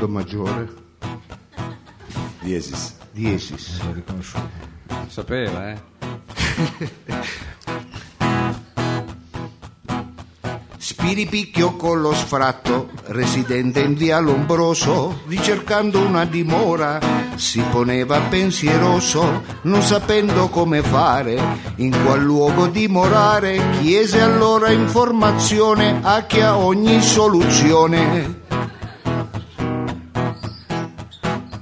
Do maggiore, diesis. diesis. Sapeva, eh? Spiripicchio con lo sfratto, residente in via Lombroso, ricercando una dimora, si poneva pensieroso, non sapendo come fare, in qual luogo dimorare, chiese allora informazione a chi ha ogni soluzione.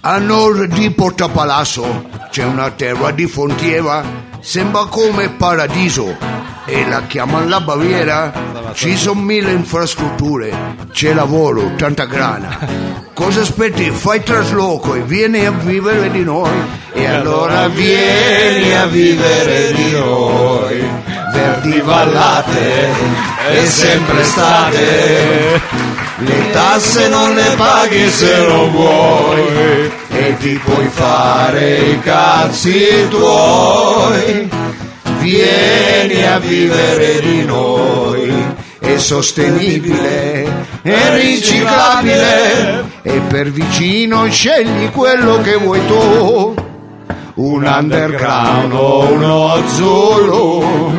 A nord di Porta Palazzo c'è una terra di frontiera, sembra come paradiso e la chiamano la Baviera. Ci sono mille infrastrutture, c'è lavoro, tanta grana. Cosa aspetti? Fai trasloco e vieni a vivere di noi. E allora vieni a vivere di noi, verdi vallate e sempre estate. Le tasse non le paghi se non vuoi e ti puoi fare i cazzi tuoi. Vieni a vivere di noi, è sostenibile, è riciclabile e per vicino scegli quello che vuoi tu. Un underground o uno azzurro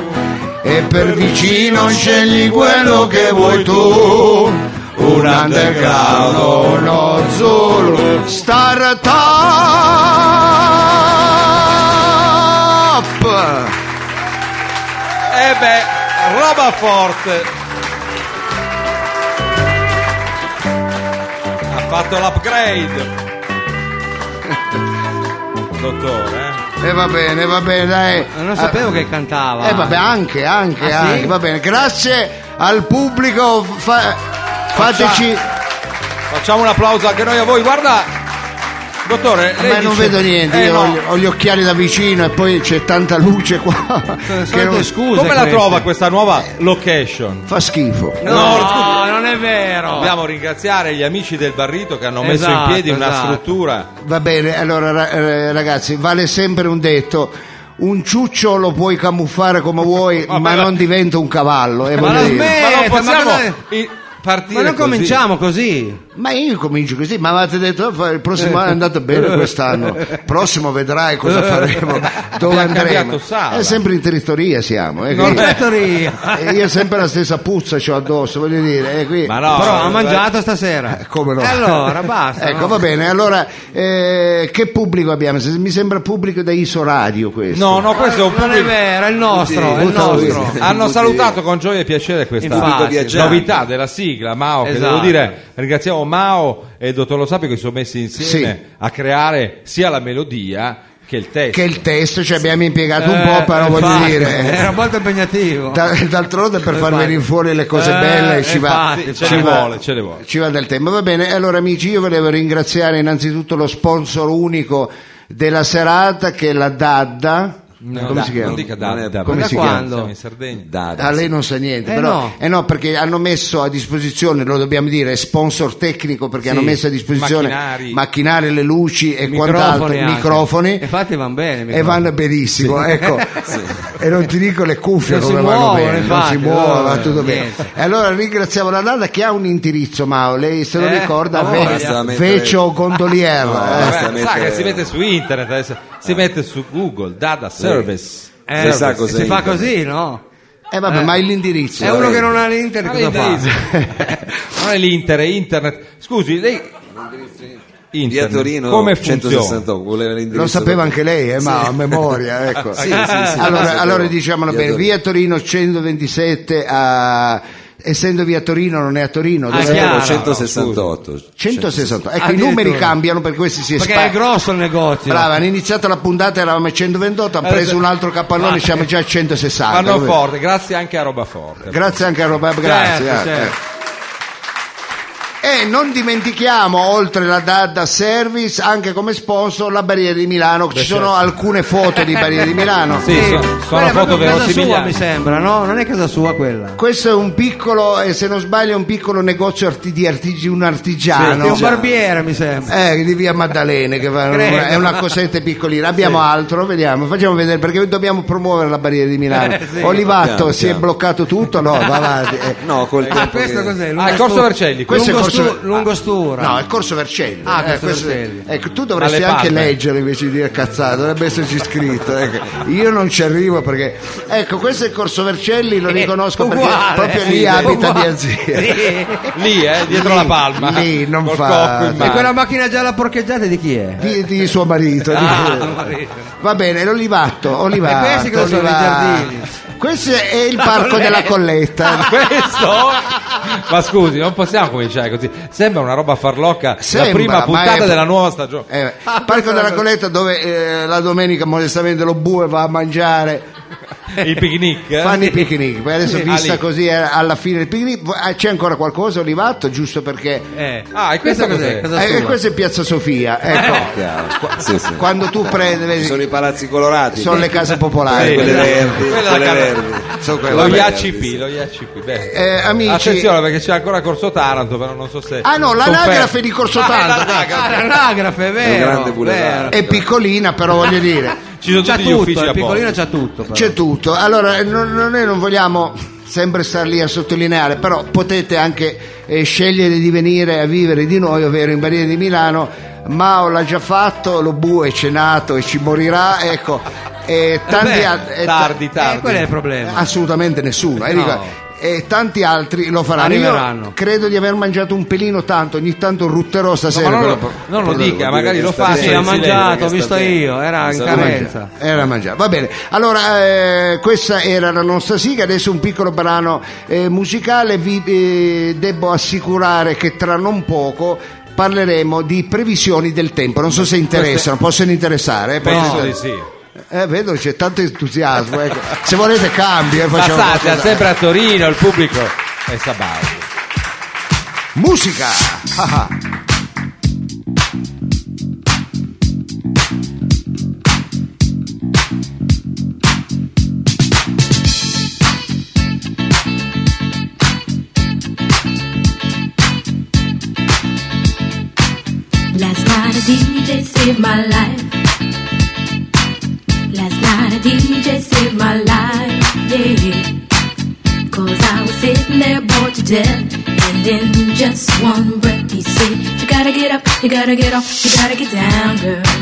e per vicino scegli quello che vuoi tu. Un underground o uno azzurro. Startup! Eh beh, roba forte. Ha fatto l'upgrade. Dottore, eh? Ah. E va bene, va bene, dai. Ma Eh, non sapevo che cantava. Eh vabbè, anche, anche, Ah, sì? anche, va bene. Grazie al pubblico, fa- fateci... eh? Facciamo un applauso anche noi a voi. Guarda, dottore, lei Ma non dice- vedo niente, Eh, io ho, no. gli, ho gli occhiali da vicino e poi c'è tanta luce qua. che solite non- scu- Come Scusa, la queste. trova questa nuova location? fa schifo. No, non è vero. Dobbiamo ringraziare gli amici del Barrito che hanno messo in Esatto, piedi una esatto. struttura. Va bene, allora ra- eh, ragazzi, vale sempre un detto. Un ciuccio lo puoi camuffare come vuoi, ma, ma- non diventa un cavallo. eh, Ma voglio la dire. smetti! ma non Eh, possiamo ma cosa- i- partire Ma non così. cominciamo così. Ma io comincio così, ma avete detto "Fa- il prossimo anno è andato bene quest'anno, il prossimo vedrai cosa faremo, dove Abbiamo andremo. cambiato sala. È sempre in territoria siamo, eh, Non qui. è teoria. E io sempre la stessa puzza ho addosso, voglio dire, eh, qui. Ma no, Però ha eh, mangiato stasera. Eh, Come no? E Allora, basta. ecco, no? va bene. Allora, eh, che pubblico abbiamo? Se- Mi sembra pubblico da Isoradio questo. No, no, questo è un Non è pubblico. vero, è il nostro, è il butta lui. nostro. Hanno Tutti- salutato con gioia e piacere questa Infatti, Pubblico viaggiante. novità della sigla Mao, che Esatto. devo dire ringraziamo Mao e il dottor Lo Sapio che si sono messi insieme Sì. a creare sia la melodia che il testo. Che il testo ci abbiamo impiegato un Eh, po', però voglio infatti, dire. eh, Era molto impegnativo. da- d'altronde per far Infatti. venire fuori le cose Eh, belle ci va, infatti, ce ci le va- vuole, ce le vuole. Ci va del tempo, va bene. Allora, amici, io volevo ringraziare innanzitutto lo sponsor unico della serata che è la Dadda. Come da- si chiama? Non dica da, Non è da- Come da si quando? chiama? Siamo in Sardegna. Dada. Ah, lei non sa niente, Eh, però no. eh no, perché hanno messo a disposizione, lo dobbiamo dire, sponsor tecnico perché hanno messo a disposizione macchinari. macchinari, le luci e Microfoni quant'altro, anche. microfoni Infatti vanno bene. e vanno benissimo, ecco. E non ti dico le cuffie Non si come vanno muovono, bene, non si infatti, muovono, no, va tutto bene. niente. E allora ringraziamo la Nada che ha un indirizzo, Mao, lei se lo Eh, ricorda, no, Ve- basta mettere- Vecio Gondolier. No, eh. basta Vabbè, sa mettere- che si mette su internet adesso, si mette su Google, Dada Service. Eh, Se sa cos'è si fa internet. così, no? Eh, vabbè, Eh. ma è l'indirizzo. È uno che non ha l'internet, Ma lei cosa fa? dice- non è l'Inter, è internet. Scusi, lei Via Internet. Torino come funziona? 168, voleva l'indirizzo. Lo sapeva anche lei, eh, ma a memoria, ecco. Sì, sì, sì, sì, lo allora, sapevo. allora diciamolo Via bene, Torino. via Torino 127 a... Essendo via Torino non è a Torino, Ah, dov'è? chiaro. Siamo 168. 160. Ecco, i Addirittura. numeri cambiano per questi si Perché espandono. è grosso il negozio. Brava, hanno iniziato la puntata, eravamo a 128, hanno preso un altro cappellone, siamo già a 160. Eh, Ah, Fanno Vabbè. forte, grazie anche a Roba Forte. Certo, Grazie anche a Roberto, grazie. Certo, eh. certo. E non dimentichiamo, oltre la Dada Service, anche come sponsor la Barriera di Milano. Ci sono alcune foto di Barriera di Milano. certo. Sì, so- sono Quella è foto proprio casa sua, mi verosimiglianti. sembra, no? Non è casa sua quella. Questo è un piccolo, eh, se non sbaglio, è un piccolo negozio arti- di artigi- un Ah, artigiano. è un barbiere, mi sembra. Eh, di via Maddalene che fa- Credo. è una cosetta piccolina abbiamo altro vediamo facciamo vedere perché dobbiamo promuovere la barriera di Milano Eh, sì. Olivatto Piano, si è piano. bloccato tutto no va avanti eh. No, col Ah, tempo questo che- cos'è? Ah, il Corso Lungo Vercelli, Lungo, questo è Corso- stu- lungo Stura. No, è Corso Vercelli. Ah, Corso questo- Vercelli. ecco, tu dovresti Alle anche palme. leggere invece di dire cazzata, dovrebbe esserci scritto. ecco. Io non ci arrivo perché. Ecco, questo è il Corso Vercelli, lo riconosco perché Eh, uguale, proprio sì, lì sì, abita uguale. mia zia. Lì, eh, dietro Lì, la palma. lì, non Col fa- cocco in E E mano. quella macchina gialla porcheggiata di chi è? Di, di suo marito. di- Ah, Ah, Va bene, l'Olivatto, Olivatto. E questi cosa sono, i Olivatto. giardini? Questo è il parco della colletta. Ah, Questo? Ma scusi, non possiamo cominciare così. Sembra una roba farlocca. Sembra, la prima ma puntata è- della nuova stagione. Eh, parco della colletta dove eh, la domenica modestamente lo bue va a mangiare Il picnic. eh? fanno i picnic poi adesso Sì, ah, vista lì. così eh, alla fine del picnic vo- ah, c'è ancora qualcosa Olivatto giusto perché Eh. Ah, e questo cos'è? Casa eh, sua. eh, questa è Piazza Sofia Eh. ecco Chiaro. Sì, sì. quando tu prendi Ci vedi, sono sono, i palazzi colorati. le case Sì, eh, popolari quelle quelle- verdi, Quella quelle la casa- verdi. Sono quelle Lo verdi, IACP, sì. lo IACP. beh. Eh, amici- Attenzione perché c'è ancora Corso Taranto, però non so se. ah no l'anagrafe confermo. di Corso Ah, Taranto l'anagrafe. Ah, l'anagrafe, è vero. È un grande boulevard. vero. è piccolina però voglio dire Ci sono C'ha tutti gli tutto, uffici il a piccolino posto. c'ha tutto. però. c'è tutto allora eh, non- non- noi non vogliamo sempre star lì a sottolineare però potete anche eh, scegliere di venire a vivere di noi ovvero in Barriera di Milano Mao l'ha già fatto lo bue è cenato e ci morirà ecco e tanti Eh Beh, al- e ta- tardi, Eh, quello è tardi. il problema. Assolutamente nessuno. eh, No. dico, E tanti altri lo faranno. Arriveranno. Io credo di aver mangiato un pelino tanto, ogni tanto rutterò stasera. Ma non però- lo, non lo dica, vuol magari dire lo che fa. sta Sì, senza ha il silenzio. mangiato, che ho sta visto bene. io, era in Sta carenza. Era mangiato. Va bene. Allora, eh, questa era la nostra sigla, adesso un piccolo brano eh, musicale. Vi eh, devo assicurare che tra non poco parleremo di previsioni del tempo. Non so se interessano, possono interessare. eh, Penso possono- di sì. Eh, vedo che c'è tanto entusiasmo. ecco. Se volete cambio, eh, facciamo Passate qualcosa. sempre a Torino, il pubblico è sabato. Musica! Ah, ah. Last night a DJ saved my life. Last night a DJ saved my life, yeah. Cause I was sitting there bored to death. And in just one breath, he said, You gotta get up, you gotta get off, you gotta get down, girl.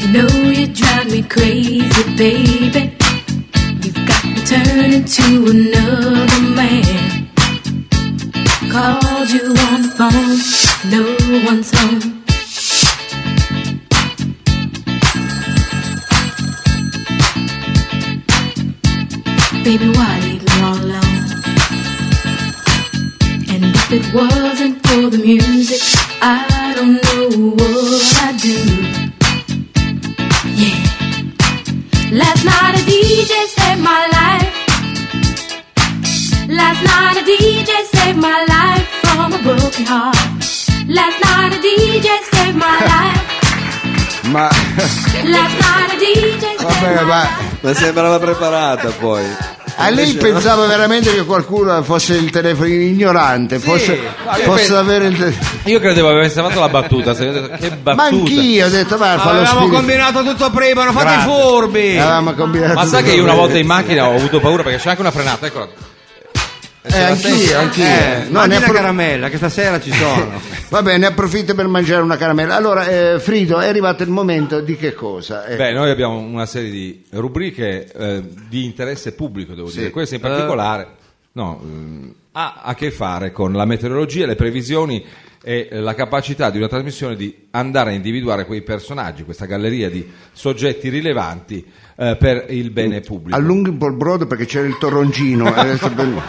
You know you drive me crazy, baby. You've got me turning to another man. Called you on the phone, no one's home. Baby, why leave me all alone? And if it wasn't for the music, I don't know what I'd do. Yeah. Last night a DJ saved my life. Last night a DJ saved my life from a broken heart. Last night a DJ saved my life. Ma Last night a DJ saved vabbè, my ma life. Ma sembrava preparata poi. a lei Invece no. pensava veramente che qualcuno fosse il telefono ignorante, fosse, ma io fosse penso- avere il te- Io credevo avesse fatto la battuta. se- Che battuta. Ma anch'io ho detto, ma fa lo Avevamo spirito. Ah, combinato tutto prima, non fate i Grazie. furbi. Avevamo combinato Ma sai tutto. che io una volta in macchina ho avuto paura perché c'è anche una frenata, eccola. Eh, anch'io, anch'io. Eh, No, no, ne la appro- caramella che stasera ci sono. Va bene, approfitto per mangiare una caramella. Allora, eh, Frido, è arrivato il momento di che cosa? Eh, Beh, noi abbiamo una serie di rubriche eh, di interesse pubblico, devo dire. Questa in particolare Eh. no, ehm, ha a che fare con la meteorologia, le previsioni e eh, la capacità di una trasmissione di andare a individuare quei personaggi, questa galleria di soggetti rilevanti eh, per il bene Mm. pubblico. Allunghi un po' il brodo perché c'era il torroncino. adesso ben-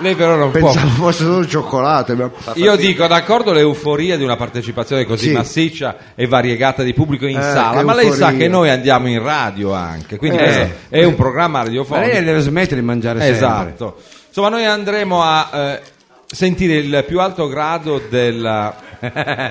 Lei però non può. Pensavo fosse solo cioccolato. ma- Io dico d'accordo l'euforia di una partecipazione così Sì. massiccia e variegata di pubblico in Eh, sala, che ma lei sa euforia. che noi andiamo in radio anche, quindi Eh. questo è un programma Ma radiofonico. lei deve smettere di mangiare sempre. Esatto. Insomma, noi andremo a eh, sentire il più alto grado della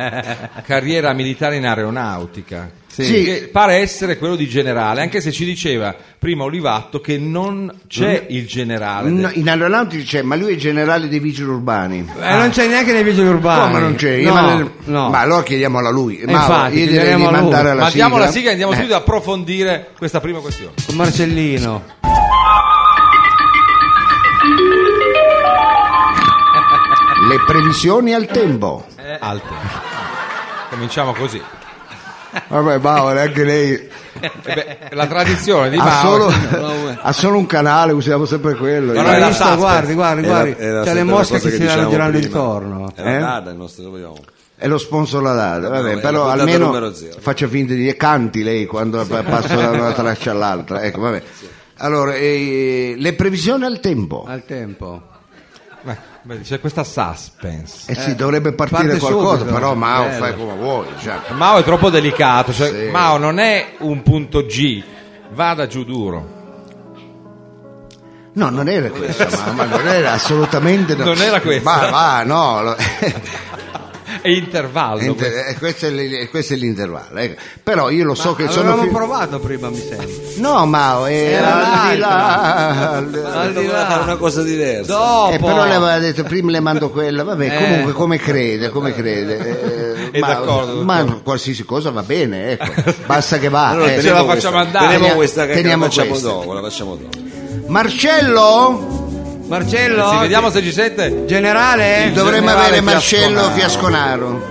carriera militare in aeronautica. Sì. Che pare essere quello di generale, anche se ci diceva prima Olivatto che non c'è il generale. Mm. No, in aeronautica c'è, ma lui è generale dei vigili urbani. E Eh, non c'è neanche nei vigili urbani. Ah, No, ma non c'è. Io No, me- no. Ma allora chiediamola a lui. Eh, Ma infatti, io direi di chiediamolo a lui. mandare alla Ma diamo la sigla e sigla. Eh. andiamo subito ad approfondire questa prima questione. Marcellino. Le previsioni al tempo. Alte. Eh. Cominciamo così. Vabbè, Paolo, anche lei Eh beh, la tradizione di ha Mao solo, ha solo un canale, usiamo sempre quello. Ma Io- non è Hai la visto? Suspect. guardi, guardi, È la- guardi. è la c'è le solita mosche cosa che, si diciamo stanno girando prima. intorno. È la Eh? dada il nostro, lo vogliamo. È lo sponsor la data, vabbè, No, è però la puntata almeno numero zero. faccia finta di canti lei quando pa- passo da una traccia all'altra. Ecco, vabbè. Allora, eh, le previsioni al tempo. Al tempo. Ma- ma c'è questa suspense. Eh sì, dovrebbe partire parte qualcosa, subito. però Mao Bello. fai come vuoi. cioè. Mao è troppo delicato, cioè, Sì. Mao non è un punto G, vada giù duro. No, non era questa, ma, ma non era assolutamente... Non era questa. Ma va, no. lo- È intervallo. Inter- questo. eh, questo, è l'in- questo è l'intervallo. ecco. Però io lo so che sono... Avevamo fi- Eh, provato prima, mi sembra. No, Mao, era al di là. al- Al di Voleva fare là. una cosa diversa. Dopo. Eh, però le aveva detto prima le mando quella, vabbè, comunque come crede, come crede. eh, È d'accordo, ma qualsiasi cosa va bene, ecco. Basta che va. Allora, eh. ce la teniamo facciamo questa. andare. Teniamo questa che Teniamo la facciamo questa. dopo, la facciamo dopo. Marcello? Marcello? Sì, vediamo se ci sente. Generale? Dovremmo generale avere Fiasconaro. Marcello Fiasconaro.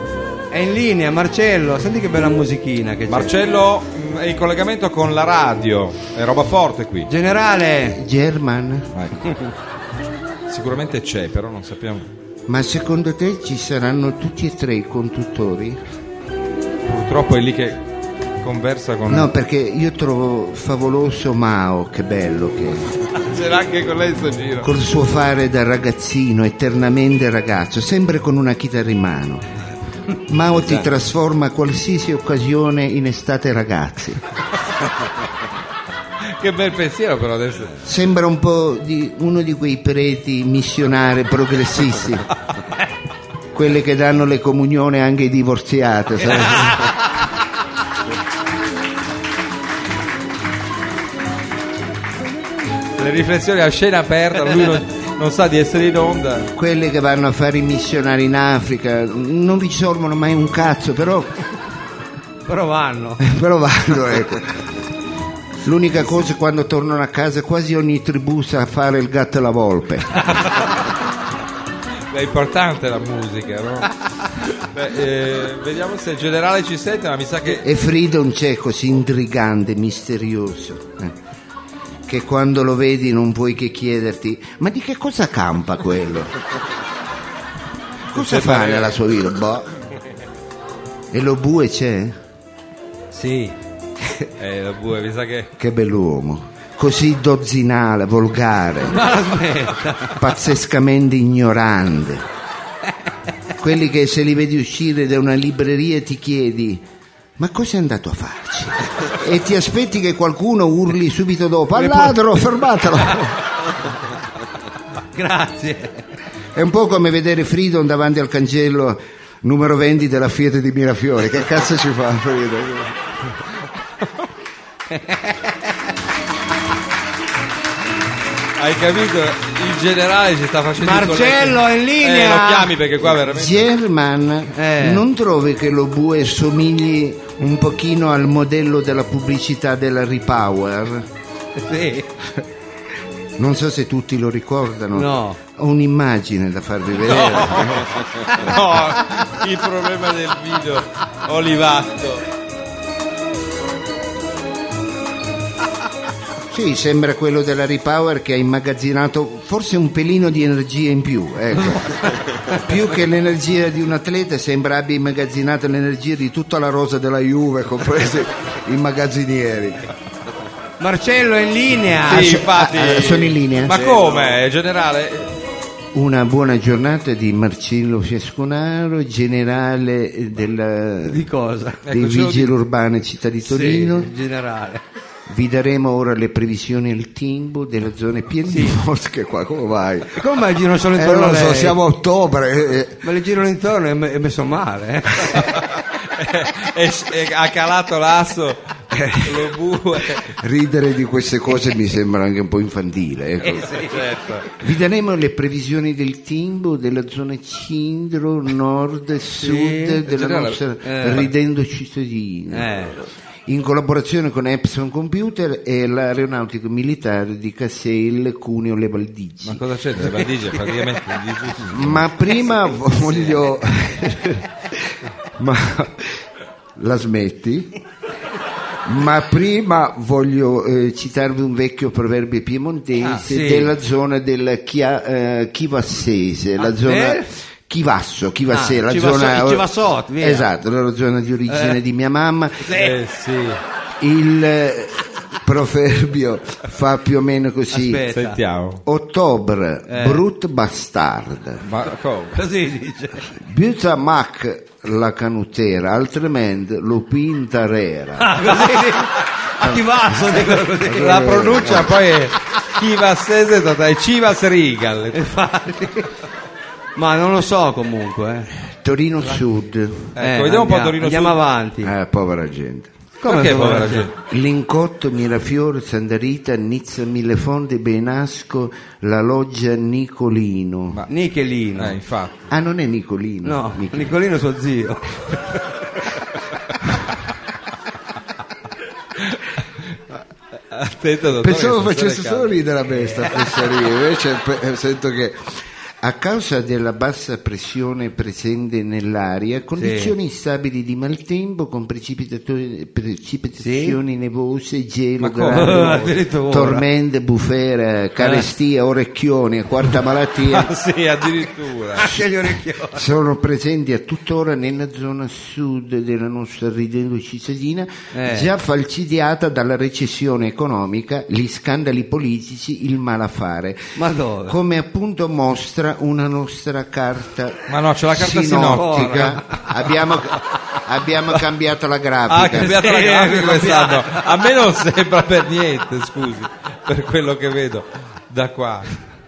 È in linea, Marcello. Senti che bella musichina che c'è. Marcello mh, è in collegamento con la radio, è roba forte qui. Generale? German, Ecco. Sicuramente c'è, però non sappiamo. ma secondo te ci saranno tutti e tre i conduttori? Purtroppo è lì che conversa con... No, perché io trovo favoloso Mao, che bello che è. Ce l'ha anche con lei in sto giro. Col suo fare da ragazzino, eternamente ragazzo, sempre con una chitarra in mano. Mao ti trasforma qualsiasi occasione in estate ragazzi. Che bel pensiero però adesso. Sembra un po' di uno di quei preti missionari progressisti. Quelli che danno le comunioni anche ai divorziati. sai? Le riflessioni a scena aperta, lui non, non sa di essere in onda. Quelli che vanno a fare i missionari in Africa non vi sormono mai un cazzo, però Però vanno. però vanno ecco. l'unica cosa è quando tornano a casa quasi ogni tribù sa fare il gatto e la volpe È importante la musica, no? Beh, eh, vediamo se il generale ci sente, ma mi sa che e Freedom c'è così intrigante misterioso eh, che quando lo vedi non puoi che chiederti ma di che cosa campa quello cosa fa nella sua vita boh. e lo bue c'è Sì. eh, la bue, mi sa che che bell'uomo così dozzinale volgare pazzescamente ignorante. Quelli che se li vedi uscire da una libreria ti chiedi ma cosa è andato a farci? E ti aspetti che qualcuno urli subito dopo al ladro, fermatelo. Grazie. È un po' come vedere Fridon davanti al cancello numero 20 della Fiat di Mirafiori. Che cazzo ci fa Fridon? hai capito, il generale ci sta facendo il Marcello collega- è in linea! Eh, lo chiami perché qua veramente German, Eh. non trovi che lo bue somigli un pochino al modello della pubblicità della Repower? Sì. Non so se tutti lo ricordano. No. Ho un'immagine da farvi vedere. No, il problema del video Olivatto. Sì, sembra quello della Repower che ha immagazzinato forse un pelino di energia in più. Ecco. più che l'energia di un atleta sembra abbia immagazzinato l'energia di tutta la rosa della Juve, compresi i magazzinieri. Marcello è in linea. Ah, Sì, so- infatti. ah, ah, sono in linea? Ma come, generale? Una buona giornata di Marcello Fiasconaro, generale della- Di cosa? Ecco, dei ce lo vigili urbani città di Sì, Torino. in generale. Vi daremo ora le previsioni al timbo delle zone Piemonte. Che qua come vai? Come mai girano solo Eh, intorno non a lo so, lei? siamo a ottobre. eh, Ma le girano intorno e mi è messo male. eh. E- e ha calato l'asso lo bue Ridere di queste cose mi sembra anche un po' infantile. ecco. Vi daremo le previsioni del timbo della zona centro, nord e sud della generale, nostra eh. ridendo cittadina. Eh. In collaborazione con Epson Computer e l'aeronautico militare di Cassel, Cuneo, Le Valdigi. ma cosa c'entra? La dice praticamente di tutto. Ma prima voglio. Ma la smetti? Ma prima voglio eh, citarvi un vecchio proverbio piemontese Ah, sì. della zona del Chia- eh, Chivassese, la Ah, zona del? Chivasso, Chivassè, Ah, la Chivasso- zona il Chivassot, via. Esatto, la zona di origine di mia mamma. Eh, sì. Il eh, proverbio fa più o meno così. Aspetta. sentiamo Ottobre, Eh. brut bastard. ma come? Così dice. Buta Mac la canutera, altrimenti lo pintarera. Ah, così dice. A chi va? Sono dicono così. la eh. pronuncia poi è Chivassese dai Chivas Regal Infatti. Ma non lo so comunque. eh. Torino Sud. Eh, vediamo un po' andiamo- Torino Andiamo Sud. avanti. Eh, povera gente. Come perché povera povera gente? gente? Lincotto, Mirafiore, Sandarita, Nizza, Millefonte, Benasco, la loggia Nicolino. Ma- Nichelino. Eh, infatti Ah, non è Nicolino. No, Nic- Nicolino suo zio. attento Pensavo dottore, che sono facesse state solo ridere la bestia, questa lì, invece pe- sento che a causa della bassa pressione presente nell'aria, condizioni instabili di maltempo con precipitato- precipitazioni nevose, gelo, Ma come? grado, Addirittura. tormente, bufera, carestia, orecchioni e quarta malattia calde. Ah, sì addirittura Scegli orecchio. sono presenti a tuttora nella zona sud della nostra ridendo cittadina, Eh. già falcidiata dalla recessione economica, gli scandali politici, il malaffare. Ma dove? Come appunto mostra una nostra carta Ma no, c'è la carta sinottica. Abbiamo, abbiamo cambiato la grafica. Ah, ha cambiato la Sì, grafica cambiato. quest'anno a me non sembra per niente scusi per quello che vedo da qua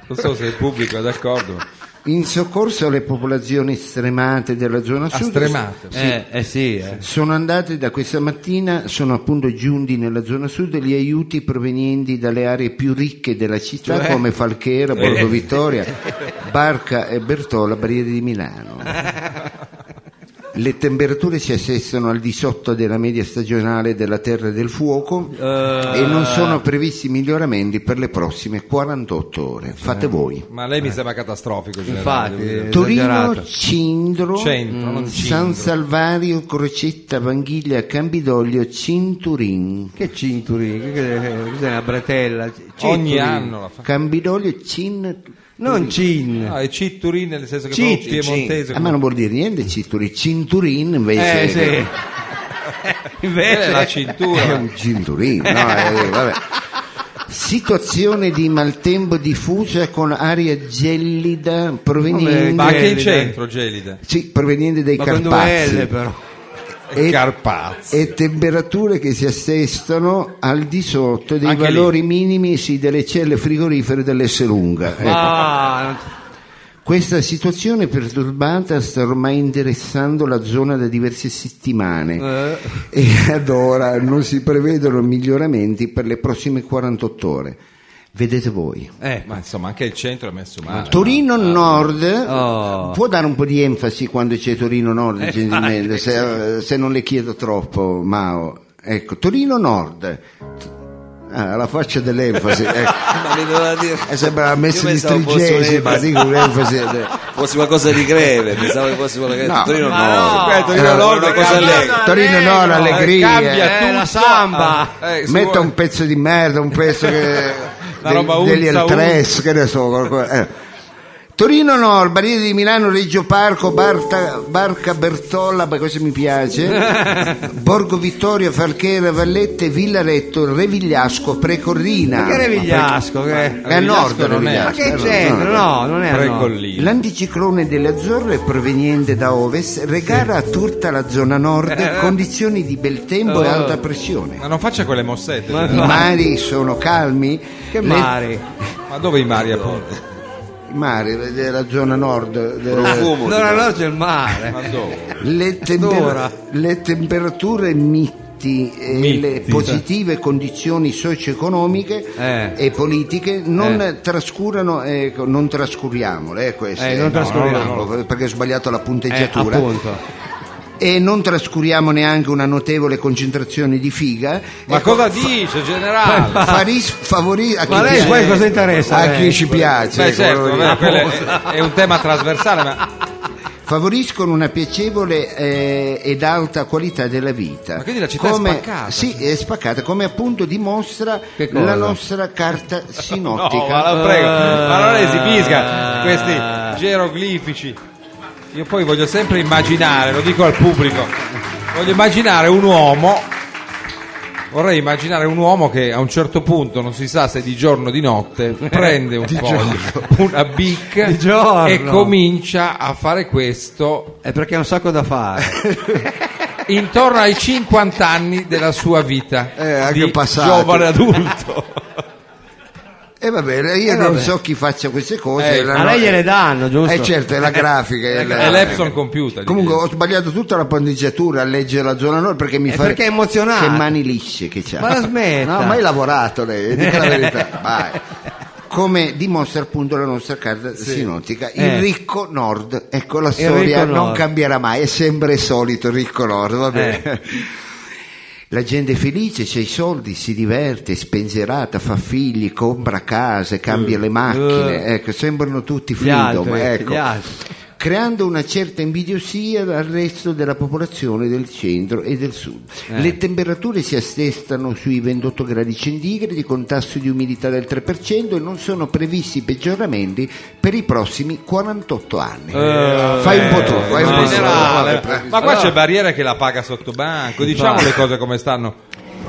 non so se il pubblico è d'accordo ma- In soccorso alle popolazioni stremate della zona Ah, sud. stremate. Eh, eh sì, eh. Sono andati da questa mattina, sono appunto giunti nella zona sud gli aiuti provenienti dalle aree più ricche della città Cioè? come Falchera, Borgo Vittoria, Barca e Bertola, Barriere di Milano. Le temperature si assestano al di sotto della media stagionale della Terra del Fuoco Eh. e non sono previsti miglioramenti per le prossime 48 ore. Eh. Fate voi. ma lei mi sembra catastrofico generale, Infatti, devo dire. eh, Torino, esagerato. Cindro, Centro, mm, non Cindro. San Salvario, Crocetta, Vanghiglia, Campidoglio, Cinturin. Che cinturino? Che, che- cos'è una bretella? Cinturino. ogni anno la fa Campidoglio, Cin... Non cin. No, è Citturin nel senso che Cit- proprio piemontese Ah, ma non vuol dire niente Cinturin, Cinturin invece Eh sì. Eh, Invece la è cintura un Cinturin. no, eh, vabbè. Situazione di maltempo diffusa con aria gelida proveniente, ma anche in Gelida. centro gelida sì, proveniente dai Ma con due L Carpazi però. E- Carpazzi e temperature che si assestano al di sotto dei Anche lì. valori minimi sì, delle celle frigorifere dell'S lunga. Ecco. Ah, non- Questa situazione perturbata sta ormai interessando la zona da diverse settimane eh, e ad ora non si prevedono miglioramenti per le prossime 48 ore. Vedete voi. eh, ma insomma anche il centro è messo Ah, male Torino Nord Oh. può dare un po' di enfasi quando c'è Torino Nord, Eh, gentilmente, se, se non le chiedo troppo, Mao. Ecco, Torino Nord. Ah, la faccia dell'enfasi, ecco. Ma mi doveva dire. Eh, sembra la messa Io di pensavo fosse Strigesi, una- ma dico un'enfasi. Fosse qualcosa di greve, pensavo che fosse qualcosa di No. Torino Ma no. no. Eh, Torino Era Nord, una cosa Torino allegra. Torino Nord, allegria. cambia Eh, tutto la samba. Ah, eh, si Metta vuole- un pezzo di merda, un pezzo che La roba degli unza, El Tres, che ne so. qualcosa- eh. Torino Nord, Barile di Milano, Reggio Parco, Barta- Barca Bertolla, beh, questo mi piace, Borgo Vittorio, Falchera, Vallette, Villaretto, Revigliasco, Precorrina. Che Revigliasco? Che... È a nord Revigliasco non è. Ma Revigliasco, che eh, c'entra? No, eh, non è a nord. Precollino. L'anticiclone delle Azzorre proveniente da ovest regala a tutta la zona nord condizioni di bel tempo e alta pressione. Ma non faccia quelle mossette. Ma- Ma, I mari sono calmi. Che le- mari? dove i mari appunto? I mari della zona nord. de- Profumo. Eh, Allora tipo. allora c'è il mare. Ma dove? le, temper- Allora. le temperature miti e Miti, le positive condizioni socio-economiche Eh. e politiche non trascurano, ecco, non trascuriamole, eh, queste. Eh, non No, trascuriamo. no, no, perché ho sbagliato la Eh, punteggiatura. appunto. e non trascuriamo neanche una notevole concentrazione di figa. Ma Ecco, cosa dice, generale? Faris, favori, a chi Ma lei piace- poi cosa interessa, A lei? chi ci piace, Beh, ecco, certo, volevo vabbè, dire. quello è, è un tema trasversale, ma, favoriscono una piacevole eh, ed alta qualità della vita. Ma quindi la città è Come- spaccata. Sì, è spaccata, come appunto dimostra Che cosa? la nostra carta no, sinottica. ma la prego, ma Eh. non esipisca Ah. questi geroglifici. Io poi voglio sempre immaginare, lo dico al pubblico, voglio immaginare un uomo, vorrei immaginare un uomo che a un certo punto, non si sa se di giorno o di notte, prende un foglio, una Di bic giorno. e comincia a fare questo È perché ha un sacco da fare. intorno ai 50 anni della sua vita Eh, anche di passati. giovane adulto. E va bene, io Eh, non vabbè. so chi faccia queste cose. Eh, la A no- lei gliele danno, giusto? eh, certo, è la grafica. è la- È l'Epson computer. Comunque ho sbagliato tutta la pandeggiatura a leggere la zona nord perché mi Eh, fa. perché è emozionata. Che mani lisce che c'ha. Ma la smetta. No, ma hai lavorato lei, dica la verità. Vai. Come dimostra appunto la nostra carta sinottica, il Eh. ricco nord, ecco la storia ricco non nord. cambierà mai, è sempre solito il ricco nord, va bene. Eh. La gente è felice, c'è i soldi, si diverte, è spensierata, fa figli, compra case, cambia le macchine, Eh. ecco, sembrano tutti Mm. Gli altri, freedom, ecco. gli altri. creando una certa invidiosia al resto della popolazione del centro e del sud. Eh. Le temperature si assestano sui 28 gradi centigradi con tasso di umidità del 3% e non sono previsti peggioramenti per i prossimi 48 anni. fai un po' tu, fai un Eh, in po' tu. generale. Vabbè. eh, eh. Ma qua c'è Barriera che la paga sotto banco, diciamo le cose come stanno.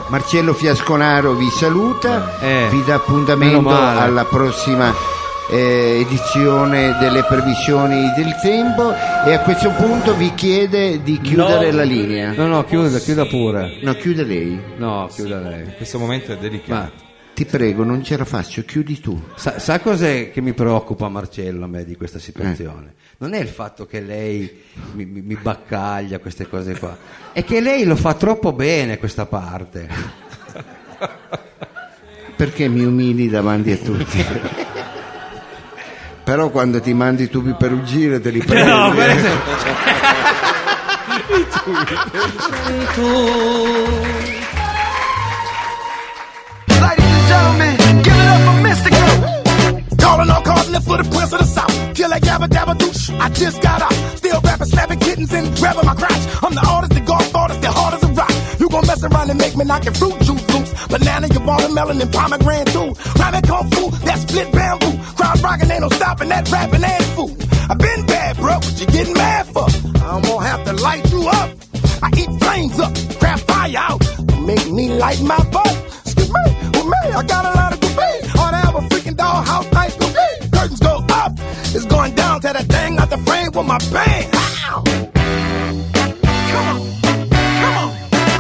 Marcello Fiasconaro vi saluta, Eh, vi dà appuntamento meno male. alla prossima eh, edizione delle previsioni del tempo e a questo punto vi chiede di chiudere la linea. No, no, chiuda, chiuda pure. No, chiude lei. No, chiuda lei. Questo momento è delicato. Ma Ti prego, non ce la faccio, chiudi tu. sa, sa cos'è che mi preoccupa Marcello a me di questa situazione? Non è il fatto che lei mi, mi- mi baccaglia queste cose qua, è che lei lo fa troppo bene questa parte. Perché mi umili davanti a tutti? Però quando ti mandi i tubi per uscire te li prendi. Ladies and gentlemen, give it up for Mystical. Calling all cars, lift for the prince of the south. Killer gabba dabba douche. I just got out. Still rapping, slapping kittens and grabbing my crotch. I'm the artist, the golf artist, the hard as a rock. You gon' mess around and make me knock your fruit juice loose. Banana, your watermelon, and pomegranate too. Rhyming kung fu, that split bamboo. Crowd rocking, ain't no stopping that rapping ass fool. I been bad, bro, what you getting mad for? I'm gonna have to light you up. I eat flames up, crap fire out. Make me light my butt. Excuse me, with me, I got a lot of debate. On have a freaking dollhouse nights to be. Curtains go up, it's going down to that thing out the frame with my bang. Ow! Come on, come on.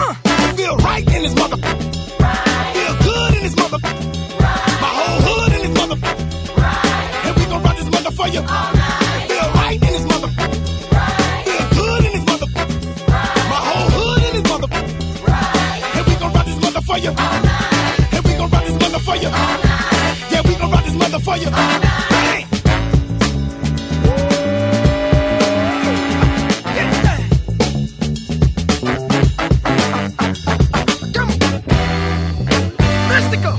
Uh, I feel right in this mother. Feel good in this mother. My whole hood in this mother. And we gon' run this mother for you. Feel right in this mother. Feel good in this mother. My whole hood in this mother. And we gon' run this mother for you. And we gon' run this mother for you. Yeah, we gon' run this mother for you. Bang! mystical.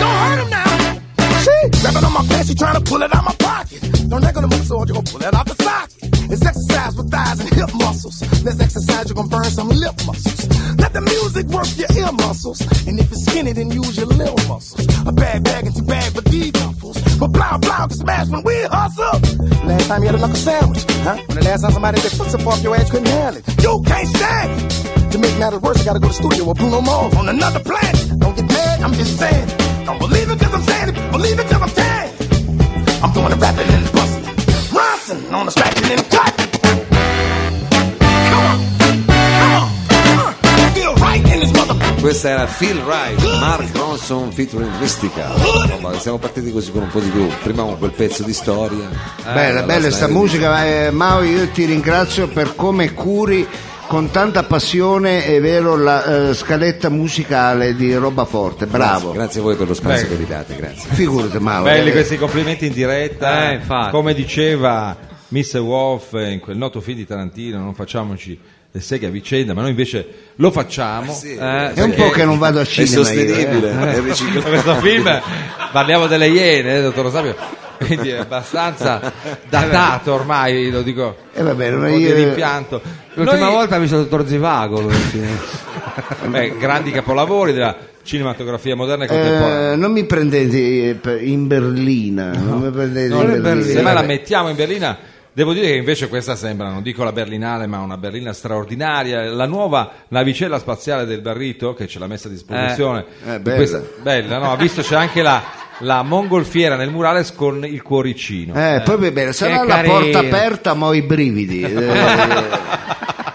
Don't hurt him now. Shit, grabbing on my pants, she trying to pull it out my pocket. Don't nigga move, so you gonna pull it out the socket. It's exercise with thighs and hip muscles. This exercise, you're gonna burn some lip muscles. Let the music work your ear muscles. And if it's skinny, then use your little muscles. A bad bag and two bag for these duffels. But blah, blah, can smash when we hustle. Last time you had a knuckle sandwich, huh? When the last time somebody did foot up off your ass couldn't handle it. You can't stand it. To make matters worse, I gotta go to studio with Bruno Mars on another planet. Don't get mad, I'm just saying. Don't believe it cause I'm saying it. Believe it cause I'm saying it. I'm doing the rapping and the busting. Rising on the scratching and the cutting. Come on. Come on. Uh, Feel right in this mother. Questa era Phil Wright, Mark Ronson featuring Mystica. Insomma, siamo partiti così con un po' di più. Prima con quel pezzo di storia. Eh, Eh, bella, bella sta musica, ma, eh, Mao io ti ringrazio per come curi con tanta passione, è vero, la eh, scaletta musicale di Roba Forte, bravo. Grazie a voi per lo spazio Beh. che vi date, grazie. Figurati Mao. Belli eh, questi complimenti in diretta. Eh, infatti. Come diceva Mr. Wolf eh, in quel noto film di Tarantino, non facciamoci le seghe a vicenda, ma noi invece lo facciamo. sì, eh, È un po' che non vado a È cinema. io, eh. sostenibile, è Da riciclabile. questo film parliamo delle iene, eh, dottor Rosapio, quindi è abbastanza datato ormai, lo dico. Eh, va bene, un ma po' di io- rimpianto. L'ultima Noi- volta ho visto il dottor Zivago. lui, sì. Beh, grandi capolavori della cinematografia moderna e contemporanea. Eh, non mi prendete eh, per- in Berlina, non mi prendete No, in noi Berlina. se mai la Vabbè. mettiamo in berlina, devo dire che invece questa sembra, non dico la berlinale, ma una berlina straordinaria. La nuova navicella spaziale del Barrito che ce l'ha messa a disposizione. Eh, eh, In bella. bella, no? Ha visto c'è anche la, la mongolfiera nel murales con il cuoricino. Eh, poi va bene, sarà Che la carino. porta aperta, ma ho i brividi. Eh,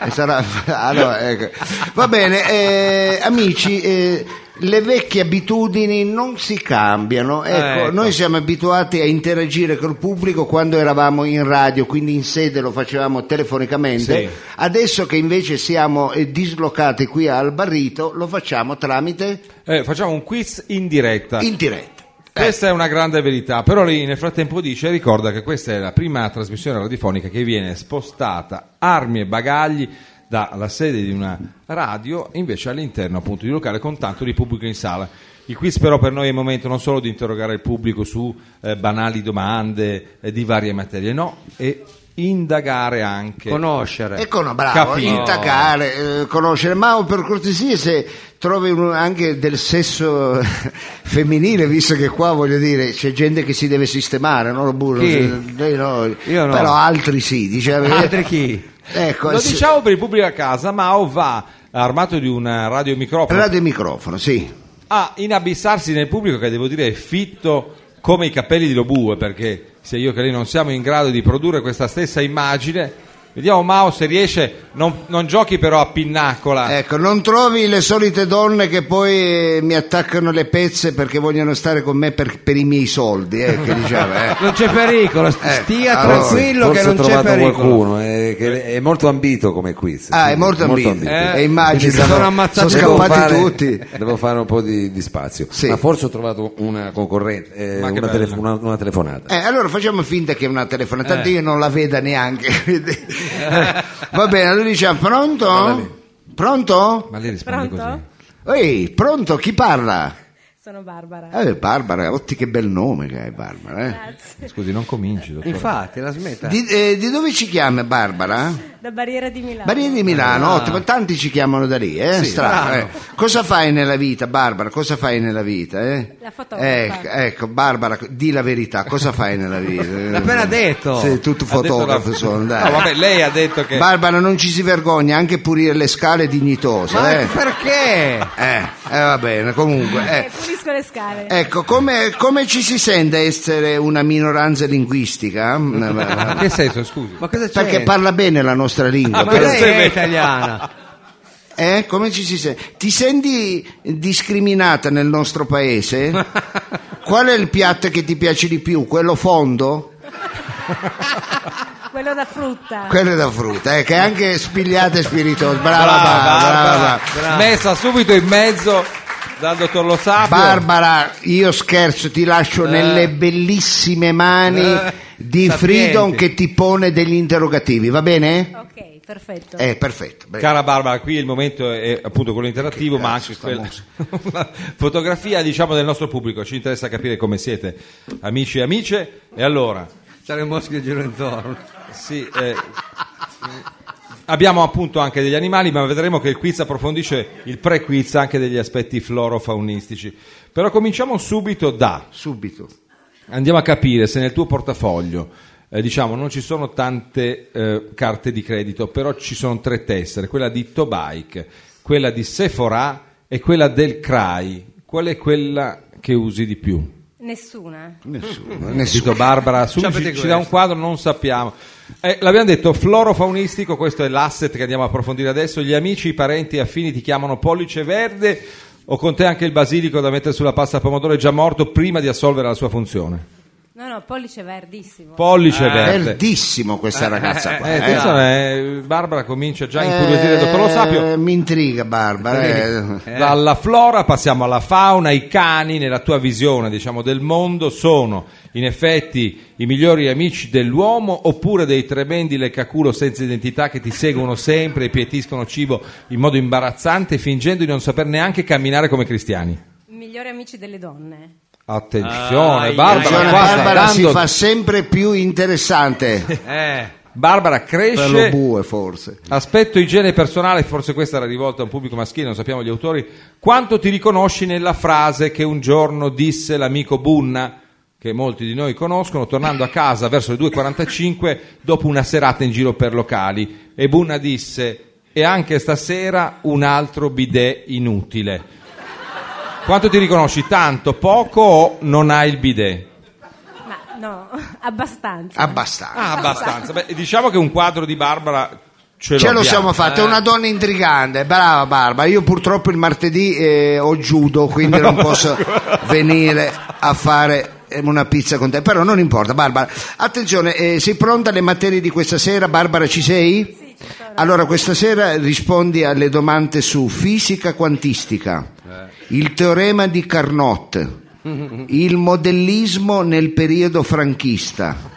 eh, sarà- ah, no, ecco. Va bene, eh, amici, eh, le vecchie abitudini non si cambiano. Ecco, ecco. Noi siamo abituati a interagire col pubblico quando eravamo in radio, quindi in sede lo facevamo telefonicamente. Sì. Adesso che invece siamo eh, dislocati qui al Barrito, lo facciamo tramite Eh, facciamo un quiz in diretta. in diretta. Questa è una grande verità, però lei nel frattempo dice, ricorda che questa è la prima trasmissione radiofonica che viene spostata armi e bagagli dalla sede di una radio invece all'interno appunto di un locale con tanto di pubblico in sala. Il quiz però per noi è il momento non solo di interrogare il pubblico su eh, banali domande eh, di varie materie, no, e indagare anche. Conoscere. Ecco, no, bravo, Capito. intaccare, eh, conoscere, ma per cortesia se trovi un- anche del sesso femminile, visto che qua voglio dire c'è gente che si deve sistemare, no? Burro? Chi? Eh, lei no. Io no. Però altri sì, diciamo. Altri chi? Ecco, Lo sì. diciamo per il pubblico a casa, Mao va armato di un radiomicrofono Radio e microfono, sì. a inabissarsi nel pubblico che devo dire è fitto come i capelli di Lobue perché se io che lei non siamo in grado di produrre questa stessa immagine vediamo Mao se riesce non, non giochi però a Ah. pinnacola Ecco, non trovi le solite donne che poi eh, mi attaccano le pezze perché vogliono stare con me per, per i miei soldi, eh, che diciamo, eh. Non c'è pericolo, st- Eh, stia allora, tranquillo che Forse ho non c'è trovato pericolo. qualcuno, eh, che è molto ambito come quiz. Ah, è quindi, molto ambito. ambito. E immagino, Quindi sono ammazzati sono Devo scappati fare- tutti. Devo fare un po' di, di spazio. Sì. Ma forse ho trovato una concorrente, eh, Ma che una, bello. telefo- una- una telefonata. Eh, allora facciamo finta che è una telefonata, tanto io non la veda neanche. quindi- Va bene, allora diciamo pronto? Pronto? ma lei risponde Pronto? Ehi, pronto, chi parla? Sono Barbara. Eh, Barbara, otti che bel nome che hai Barbara. eh. Grazie. così scusi non cominci dottore. Infatti, la smetta. Di, eh, di dove ci chiami Barbara? Da Barriera di Milano. Barriere di Ah. Milano, ottimo, tanti ci chiamano da lì, eh? strano. eh. Cosa fai nella vita, Barbara? Cosa fai nella vita? eh? La fotografa. Ecco, ecco, Barbara, di la verità, cosa fai nella vita? L'ha appena detto. Sei tutto Ha detto la- fotografo, sono, dai. No, vabbè, lei ha detto che Barbara non ci si vergogna anche pulire le scale è dignitoso Ma eh. perché? Eh, eh, va bene comunque Eh, eh. pulisco le scale. ecco come, come ci si sente essere una minoranza linguistica Mm, In che senso scusi Ma cosa c'è? perché parla bene la nostra lingua Ah, Ma però- lei Questo è è vero. italiana. eh, come ci si sente ti senti discriminata nel nostro paese qual è il piatto che ti piace di più quello fondo Quello da frutta. quello da frutta eh, che è anche spigliata e spiritosa brava Brava, Ah, brava, Barbara. brava. messa subito in mezzo dal dottor Lo Sapio Barbara, io scherzo, ti lascio nelle bellissime mani Eh, di sapienti. Freedom che ti pone degli interrogativi, va bene? Ok, perfetto. Eh, perfetto. bene. Cara Barbara, qui il momento è appunto quello interattivo, ma anche quella la fotografia diciamo del nostro pubblico. Ci interessa capire come siete, amici e amiche. E allora, C'è le mosche che girano intorno. sì, eh, abbiamo appunto anche degli animali, ma vedremo che il quiz approfondisce il pre-quiz anche degli aspetti florofaunistici. Però cominciamo subito da Subito. andiamo a capire se nel tuo portafoglio eh, diciamo non ci sono tante eh, carte di credito, però ci sono tre tessere, quella di Tobike, quella di Sephora e quella del CRAI. Qual è quella che usi di più? Nessuna. Tito Barbara su, ci, ci dà un quadro, non sappiamo. Eh, l'abbiamo detto, florofaunistico, questo è l'asset che andiamo a approfondire adesso. Gli amici, i parenti, affini ti chiamano pollice verde o con te anche il basilico da mettere sulla pasta pomodoro è già morto prima di assolvere la sua funzione? No, no, pollice verdissimo. Pollice Ah, verde. Verdissimo questa ragazza qua. Eh, eh. questo è- Barbara comincia già a incuriosire il dottor Lo Sapio. Eh, Mi intriga Barbara. eh. Dalla flora passiamo alla fauna, i cani nella tua visione diciamo, del mondo sono in effetti i migliori amici dell'uomo oppure dei tremendi leccaculo senza identità che ti seguono sempre e pietiscono cibo in modo imbarazzante fingendo di non saper neanche camminare come cristiani. Migliori amici delle donne. Attenzione, Ai, Barbara, Giovanna qua sta Barbara si dando- fa sempre più interessante. Eh, Barbara Per lo cresce bue forse. Aspetto igiene personale, forse questa era rivolta a un pubblico maschile, non sappiamo gli autori. Quanto ti riconosci nella frase che un giorno disse l'amico Bunna, che molti di noi conoscono, tornando a casa verso le 2.45 dopo una serata in giro per locali? E Bunna disse: E anche stasera un altro bidet inutile. Quanto ti riconosci? Tanto, poco o non hai il bidet? Ma no, abbastanza. Abbastanza. Ah, abbastanza. Beh, diciamo che un quadro di Barbara ce Eh, lo Ce lo abbiamo. siamo fatti, è una donna intrigante, brava Barba. Io purtroppo il martedì eh, ho judo, quindi non posso venire a fare eh, una pizza con te, però non importa Barbara. Attenzione, eh, sei pronta alle materie di questa sera? Barbara ci sei? Sì, ci sono. Allora questa sera rispondi alle domande su fisica quantistica, il teorema di Carnot, il modellismo nel periodo franchista.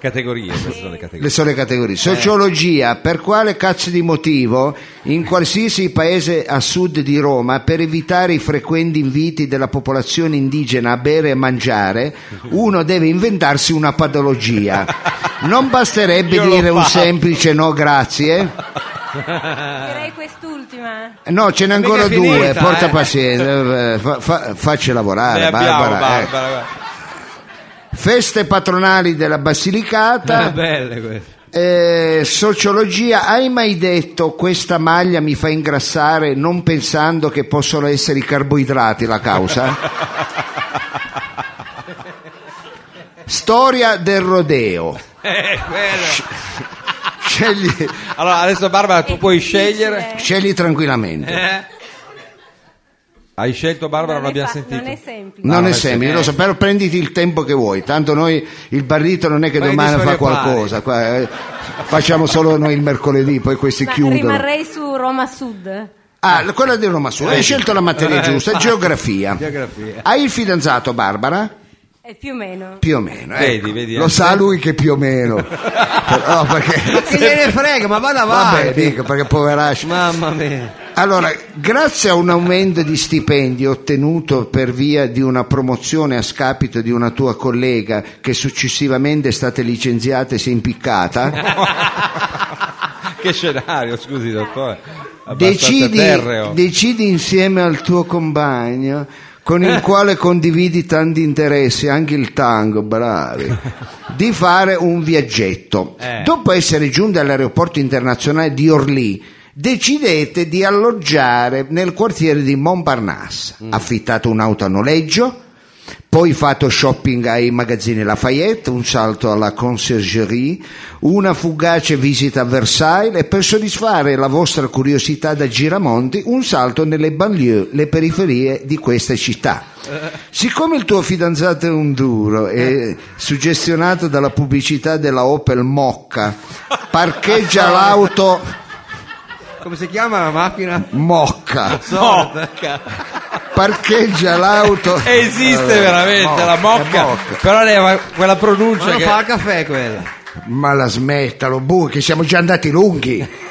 Categorie, queste sono le categorie. Eh. le sole categorie. Sociologia, per quale cazzo di motivo in qualsiasi paese a sud di Roma, per evitare i frequenti inviti della popolazione indigena a bere e mangiare, uno deve inventarsi una patologia. Non basterebbe Io l'ho dire un fatto. semplice no grazie? Direi quest'ultima. No, ce n'è ancora Mica finita, due, porta eh. pazienza, eh, fa- fa- facci lavorare Ne abbiamo Barbara. eh. Barbara, guarda. Feste patronali della Basilicata. belle queste. Eh, sociologia, hai mai detto questa maglia mi fa ingrassare non pensando che possono essere i carboidrati la causa? Storia del rodeo. Scegli, Allora, adesso Barbara, tu È puoi difficile. scegliere. scegli Eh. tranquillamente. Hai scelto Barbara, non, è abbiamo fa- sentito. non è semplice. Non No, è adesso- semplice, lo so, però prenditi il tempo che vuoi. Tanto noi il barrito non è che Ma è domani fa dispari e pari. qualcosa, qua, eh, facciamo solo noi il mercoledì, poi questi Ma chiudono. rimarrei su Roma Sud. Ah, quella di Roma Sud, hai scelto la Eh. materia giusta, geografia. Hai il fidanzato Barbara? E più o meno. Più o meno, eh. Vedi, vedi, Lo eh. sa lui che più o meno. no, perché... Che gliene frega, ma vada Vabbè, avanti. dico, perché poveraccio. Mamma mia. Allora, grazie a un aumento di stipendi ottenuto per via di una promozione a scapito di una tua collega che successivamente è stata licenziata e si è impiccata, Che scenario, scusi, dottore. Abbastanza decidi, terreo. decidi insieme al tuo compagno con il quale condividi tanti interessi, anche il tango, bravi, di fare un viaggetto. Dopo essere giunti all'aeroporto internazionale di Orly, decidete di alloggiare nel quartiere di Montparnasse. Affittate un'auto a noleggio, poi fatto shopping ai magazzini Lafayette, un salto alla conciergerie, una fugace visita a Versailles e per soddisfare la vostra curiosità da giramonti un salto nelle banlieue, le periferie di queste città. Siccome il tuo fidanzato è un duro e suggestionato dalla pubblicità della Opel Mocca, parcheggia l'auto Come si chiama la macchina? Mocca, parcheggia l'auto... Esiste Eh, veramente la mocca, è mocca. però lei aveva Eh, quella Ma pronuncia non che fa il caffè quella. Ma la smettalo, bu, che siamo già andati lunghi.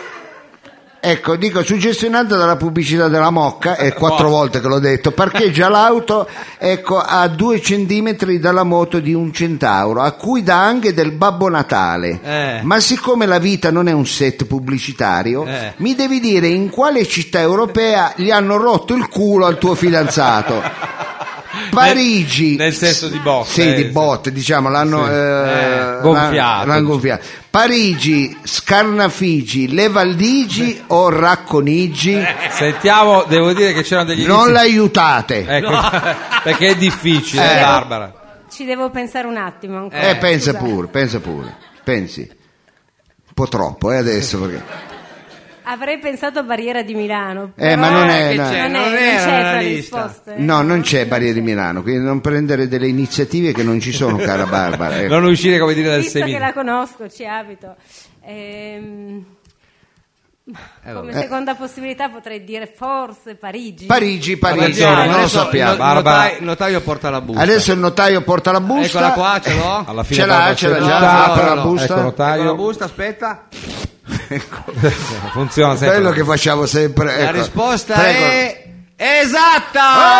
Ecco, dico, suggestionato dalla pubblicità della Mocca, è quattro volte che l'ho detto, parcheggia l'auto ecco, a due centimetri dalla moto di un centauro, a cui dà anche del Babbo Natale. Eh. Ma siccome la vita non è un set pubblicitario, Eh. mi devi dire in quale città europea gli hanno rotto il culo al tuo fidanzato. Parigi. Nel, nel senso di botte. Sì, di eh, botte, diciamo, l'hanno Sì. eh, Eh, l'han- gonfiato. l'han gonfiato. Parigi, Scarnafigi, Levaldigi o Racconigi? Eh, Sentiamo, devo dire che c'erano degli Non inizi- Eh, l'aiutate. Ecco, perché è difficile, Eh. Barbara. Ci devo pensare un attimo ancora. Eh, pensa Scusa. pure, pensa pure. Pensi. Un po' troppo, eh, adesso perché... Avrei pensato a Barriera di Milano. Eh, ma non è- no. c'è? Non, è, Non non era c'è nella fra le lista. risposte. No, non c'è Barriera di Milano, quindi non prendere delle iniziative che non ci sono, cara Barbara. ecco. Non uscire, come dire, dal Visto che seminario. la conosco, ci abito. Ehm, come seconda possibilità potrei dire forse Parigi. Parigi, Parigi, Attenzione, non lo adesso- sappiamo. no- Barbara- Il notaio porta la busta. Adesso il notaio porta la busta. Eccola qua, ce l'ho. Alla fine Ce l'ha, Barbara ce l'ha c'è- già, No, no, apre la no, busta. ecco, Ecco la notaio. busta, aspetta. Funziona sempre. Quello che facciamo sempre. La ecco. risposta Prego. è esatta!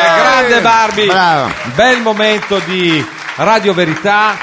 Eh, grande Barbie. Bravo. Bel momento di Radio Verità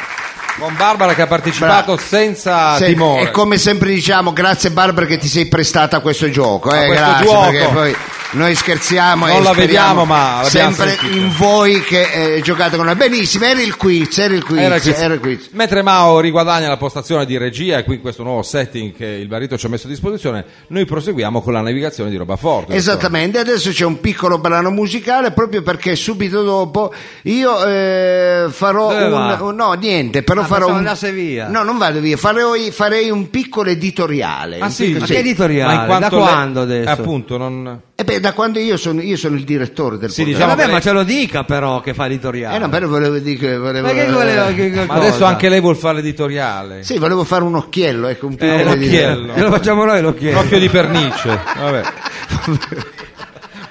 con Barbara che ha partecipato Bravo. senza Se- Ah, timore. e come sempre diciamo, grazie Barbara che ti sei prestata a questo gioco. eh, A questo grazie, gioco. perché poi noi scherziamo Non e la speriamo vediamo, ma l'abbiamo sempre sentita. in voi che eh, giocate con noi. Benissimo, era il quiz, era il quiz, Era il quiz. era il quiz. Mentre Mao riguadagna la postazione di regia e qui questo nuovo setting che il barito ci ha messo a disposizione, noi proseguiamo con la navigazione di roba forte. Esattamente, adesso c'è un piccolo brano musicale proprio perché subito dopo io eh, farò Dove un, va? un- no niente, però Ah, farò pensavo un andasse via. No, non vado via, farei, farei un piccolo editoriale. Ah, Un sì? piccolo- Ma che editoriale? Ma in quanto Da le- quando adesso? Appunto, non... Eh beh, da quando io sono io sono il direttore del programma. Sì, Eh, diciamo- vabbè, che- ma ce lo dica però che fa editoriale. Eh "Ah". no, però volevo dire che volevo eh, Ma che voleva che- che Ma cosa? adesso anche lei vuol fare l'editoriale. Sì, volevo fare un occhiello, ecco un piccolo Eh, editoriale. l'occhiello. E lo facciamo noi lo Un chiedo. occhio di pernice. Vabbè.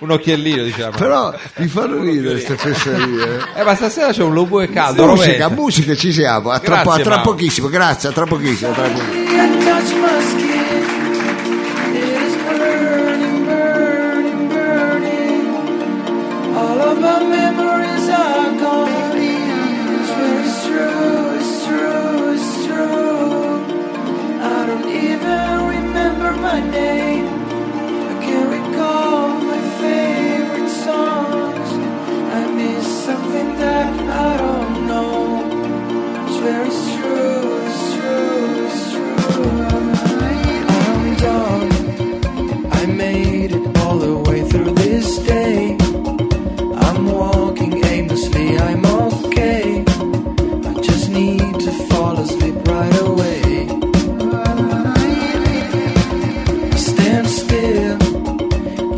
Un occhiellino, diciamo. Però mi fanno ridere queste fesserie. Eh, ma stasera c'è un lupo e caldo. musica, rovente. musica ci siamo, a tra, Grazie, a tra Mauro. pochissimo, grazie, a tra pochissimo, a tra pochissimo. Something that I don't know. It's very true, it's true, it's true. I'm young. I made it all the way through this day. I'm walking aimlessly, I'm okay. I just need to fall asleep right away. Stand still.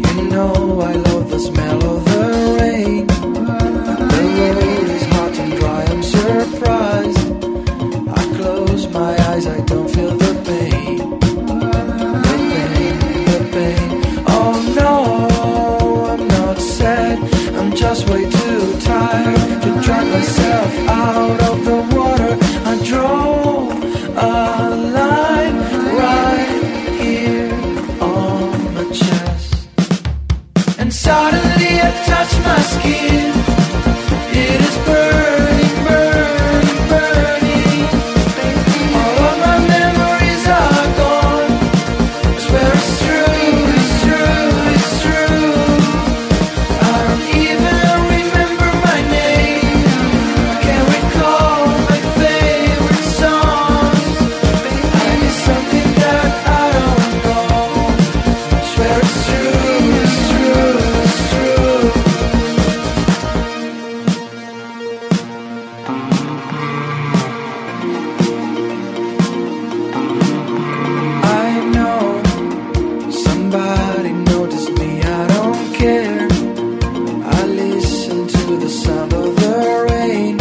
You know I love the smell of the rain. The road is hot and dry, I'm surprised. I close my eyes, I don't feel the pain. The pain, the pain. Oh no, I'm not sad. I'm just way too tired to drag myself out of the water. I drove a line right here on my chest. And suddenly I touch my skin. It is burning, burning, burning. All of my memories are gone. I swear it's true, it's true, it's true. I don't even remember my name. I can't recall my favorite songs. I need something that I don't know. I swear it's true, it's true, it's true. I know somebody noticed me, I don't care. I listen to the sound of the rain.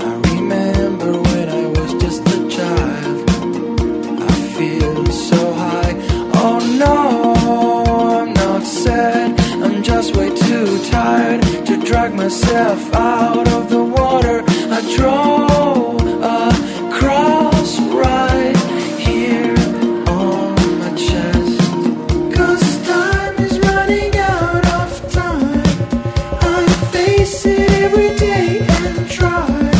I remember when I was just a child. I feel so high. Oh no, I'm not sad. I'm just way too tired to drag myself out of the water. I draw a cross right here on my chest. Cause time is running out of time. I face it every day and try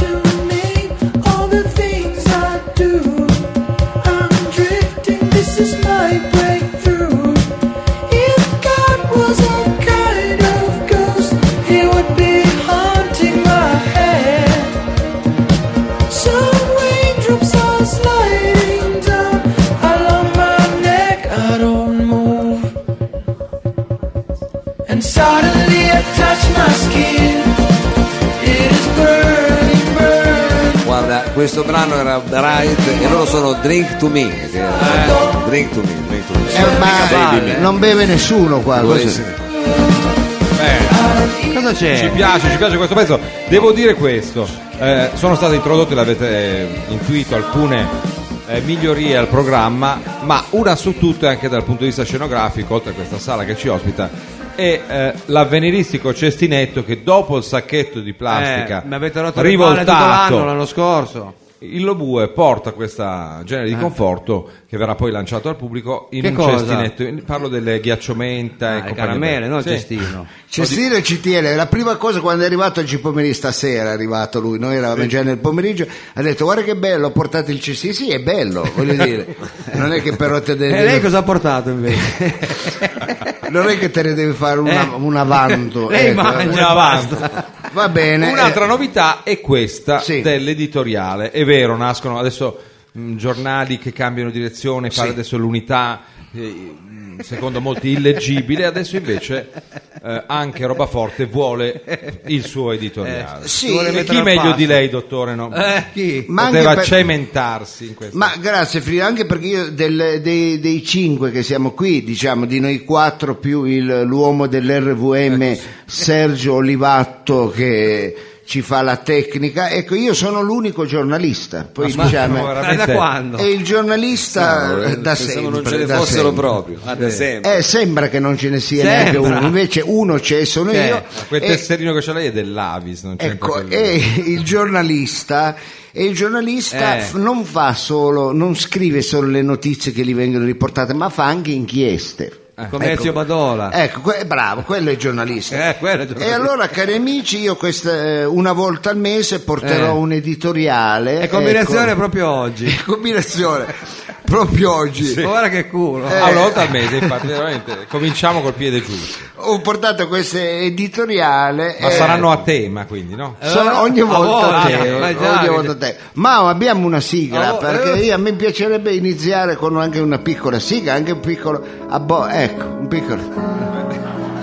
to make all the things I do. I'm drifting, this is my breakthrough. If God was a kind of girl, questo brano era Bright e loro sono Drink to Me. che Eh. era- Drink to Me, Drink to Me. ma non beve nessuno qua. Volessi- questo- Cosa Ci c'è? piace, ci piace questo pezzo. Devo dire questo, eh, sono state introdotte, l'avete eh, intuito, alcune eh, migliorie al programma, ma una su tutte anche dal punto di vista scenografico, oltre a questa sala che ci ospita, è eh, l'avveniristico cestinetto che dopo il sacchetto di plastica Eh, mi avete rotto le palle tutto l'anno rivoltato, l'anno scorso. il Lobue porta questo genere di conforto che verrà poi lanciato al pubblico in Che un cosa? cestinetto. In- Parlo delle ghiacciomenta e le compagnia caramelle, bella. no? Il Sì. cestino. Cestino e CTL, la prima cosa quando è arrivato oggi pomeriggio, stasera è arrivato lui, noi eravamo già nel pomeriggio, ha detto guarda che bello, ho portato il cestino, sì è bello, voglio dire, non è che però Eh, te E devi, lei cosa ha portato invece? non è che te ne devi fare una- Eh. un avanto. Lei ecco. mangia, Eh, basta. Va bene. Un'altra eh, novità è questa Sì. dell'editoriale. È vero, nascono adesso mh, giornali che cambiano direzione, pare adesso l'unità, eh, mh, secondo molti illeggibile, adesso invece eh, anche Robaforte vuole il suo editoriale. Eh, sì, Ci vuole e mettere chi chi meglio meglio di lei, dottore? No? Eh, chi? Ma anche Poteva per- cementarsi in questo. Ma grazie Frida, anche perché io del- dei, dei cinque che siamo qui, diciamo di noi quattro più il- l'uomo dell'RVM Sergio Olivatto che ci fa la tecnica, ecco io sono l'unico giornalista, poi Ma diciamo, guarda, Ma da veramente- quando? è il giornalista eh, da Pensavo sempre. non ce ne da fossero sempre. proprio. Ah, da sempre. Eh, sembra che non ce ne sia Sembra. neanche uno, invece uno c'è, sono C'è. io. Quel e- tesserino che c'è lei è dell'Avis, non Cioè, c'entra Ecco, quello. e il giornalista, e il giornalista Eh. f- non fa solo, non scrive solo le notizie che gli vengono riportate, ma fa anche inchieste. Come Ezio Badola. Ecco, que- bravo, quello è il giornalista. Ah. Eh, quello è il E giornalista. allora, cari amici, io questa, eh, una volta al mese porterò Eh. un editoriale. È combinazione ecco. proprio oggi. È combinazione proprio oggi. Ora che culo. Ah, una volta al mese, infatti, veramente. Cominciamo col piede giusto. Ho portato questo editoriale. Ma eh, saranno a tema, quindi, no? Sono ogni a volta volte, te, ma ogni già, volta te. Ma abbiamo una A sigla vo- perché eh. io- a me piacerebbe iniziare con anche una piccola sigla, anche un piccolo abbo- ecco, un piccolo.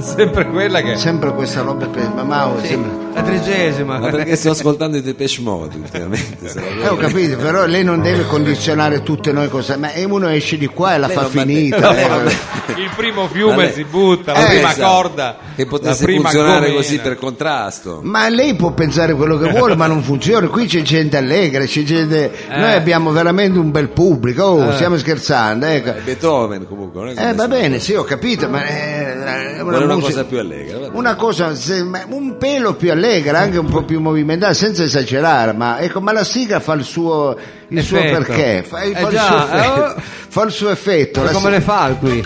Sempre quella che... Sempre questa roba per ma Mao, sempre- La tredicesima. Ma perché sto ascoltando i Depeche Mode ultimamente? se la- Eh, ho capito, però lei non deve condizionare tutte noi cose, ma e uno esce di qua e la fa finita. eh. il primo fiume Vabbè. si butta, la Eh, prima esatto. corda Che potesse la prima funzionare gomena. così per contrasto. Ma lei può pensare quello che vuole, ma non funziona. Qui c'è gente allegra, c'è gente. Noi abbiamo veramente un bel pubblico. Oh, stiamo scherzando, ecco. È Beethoven comunque. non è che Eh, va nessuno- bene, sì, ho capito, ma eh, è una, Vuole una musica- cosa più allegra. va bene. una cosa, se- ma un pelo più allegra, anche un po' più movimentata, senza esagerare, ma, ecco, ma la sigla fa il suo, il suo Effetto. perché, fa, Eh fa il già, suo effetto, eh, oh. fa il suo effetto, la Come sigla- le fa qui?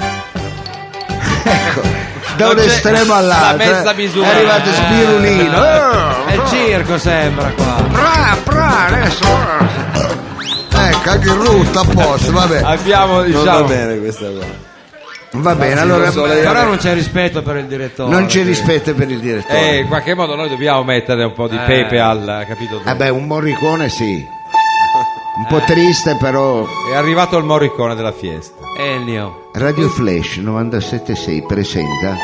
ecco, da Non un c'è estremo all'altro, la mezza eh, misura. è arrivato Spirulino, Eh. È il circo sembra qua. pra, pra, adesso, eh. ecco, anche il rutto a posto, vabbè, abbiamo Non diciamo va bene questa cosa. va bene, allora, Però non c'è rispetto per il direttore. non c'è rispetto per il direttore. eh, in qualche modo noi dobbiamo mettere un po' di Eh. pepe al capito Eh beh, un morricone sì. Un po' triste però. è arrivato il morricone della fiesta Ennio. Radio Flash 976 presenta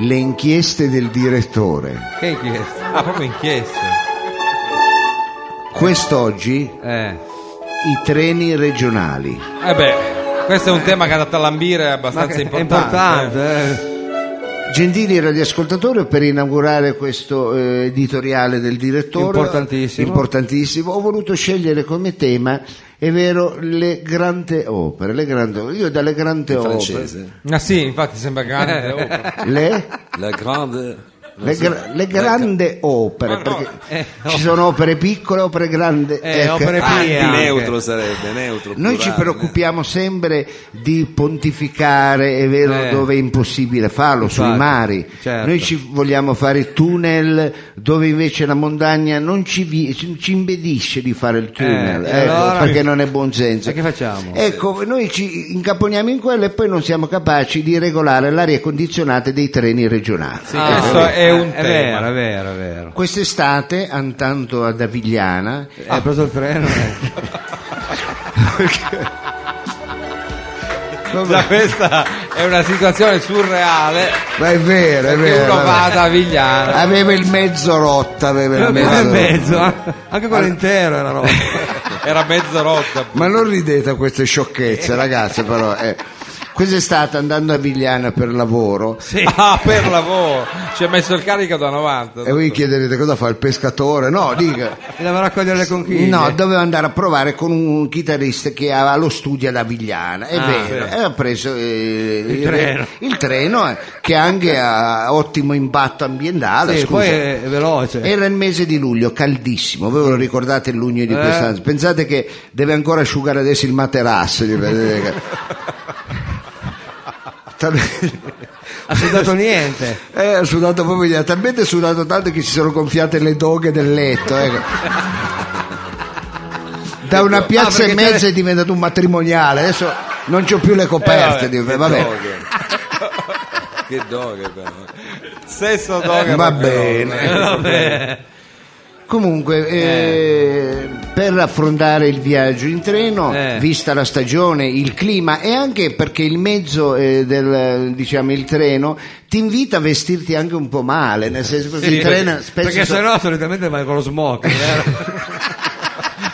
Eh. le inchieste del direttore. che inchiesta ah proprio inchiesta Quest'oggi Eh. i treni regionali. eh beh questo è un tema che ha dato a lambire Ma abbastanza che- è importante, importante. eh. Gentili radioascoltatori, per inaugurare questo eh, editoriale del direttore, Importantissimo. importantissimo, ho voluto scegliere come tema, è vero, le grandi opere. Le grandi, io dalle grandi In opere. francese. ah sì infatti sembra grande oh, opera. Le? La grande... Le, gra- le grandi opere, perché ci sono opere piccole, opere grandi. Eh, ecco. opere Ah, pie anche. neutro sarebbe, neutro. Noi ci plurale. preoccupiamo sempre di pontificare, è vero, Eh. dove è impossibile farlo, sui Infatti, mari. certo. Noi ci vogliamo fare tunnel dove invece la montagna non ci, vi- ci ci impedisce di fare il tunnel, e ecco, Eh, allora? perché non è buon senso. E che facciamo? Ecco, noi ci incaponiamo in quello e poi non siamo capaci di regolare l'aria condizionata dei treni regionali. Eh, Ah, questo è un è tema. vero, è vero, è vero. Quest'estate, andando ad Avigliana, Ah. Hai preso il treno? eh. Già questa è una situazione surreale Ma è vero, è che vero. uno va vabbè. Eh. ad Avigliana. Aveva il mezzo rotta, aveva il Mezzo e mezzo. mezzo, eh. anche quello intero era roba. Era mezzo rotta. Ma non ridete a queste sciocchezze, ragazzi, però. eh. Quest'estate andando a Vigliana per lavoro Ah, per lavoro. Ci ha messo il carico da 90. e voi chiederete cosa fa il pescatore? No, dica. Andava a raccogliere le conchiglie. No, doveva andare a provare con un chitarrista che aveva lo studio ad Avigliana, è vero, e ha preso eh, il, Ah, treno. il treno, eh, che anche ha ottimo impatto ambientale. Sì, scusa. Eh, poi è veloce. Era il mese di luglio, caldissimo, voi ve lo ricordate il luglio di Eh. quest'anno? Pensate che deve ancora asciugare adesso il materasso. di- Talmente- Ha sudato niente. eh, ha sudato proprio gli- talmente sudato tanto che si sono gonfiate le doghe del letto. ecco. Da una piazza Ah, perché e mezza c'era- è diventato un matrimoniale, adesso non c'ho più le coperte. Eh, vabbè, dico, che vabbè. doghe. che doghe però. Eh, Sesso doghe. Va però. bene. Comunque, eh, per affrontare il viaggio in treno, Eh. vista la stagione, il clima e anche perché il mezzo eh, del diciamo il treno ti invita a vestirti anche un po' male, nel senso che il treno spesso Perché so- sennò solitamente vai con lo smock. eh.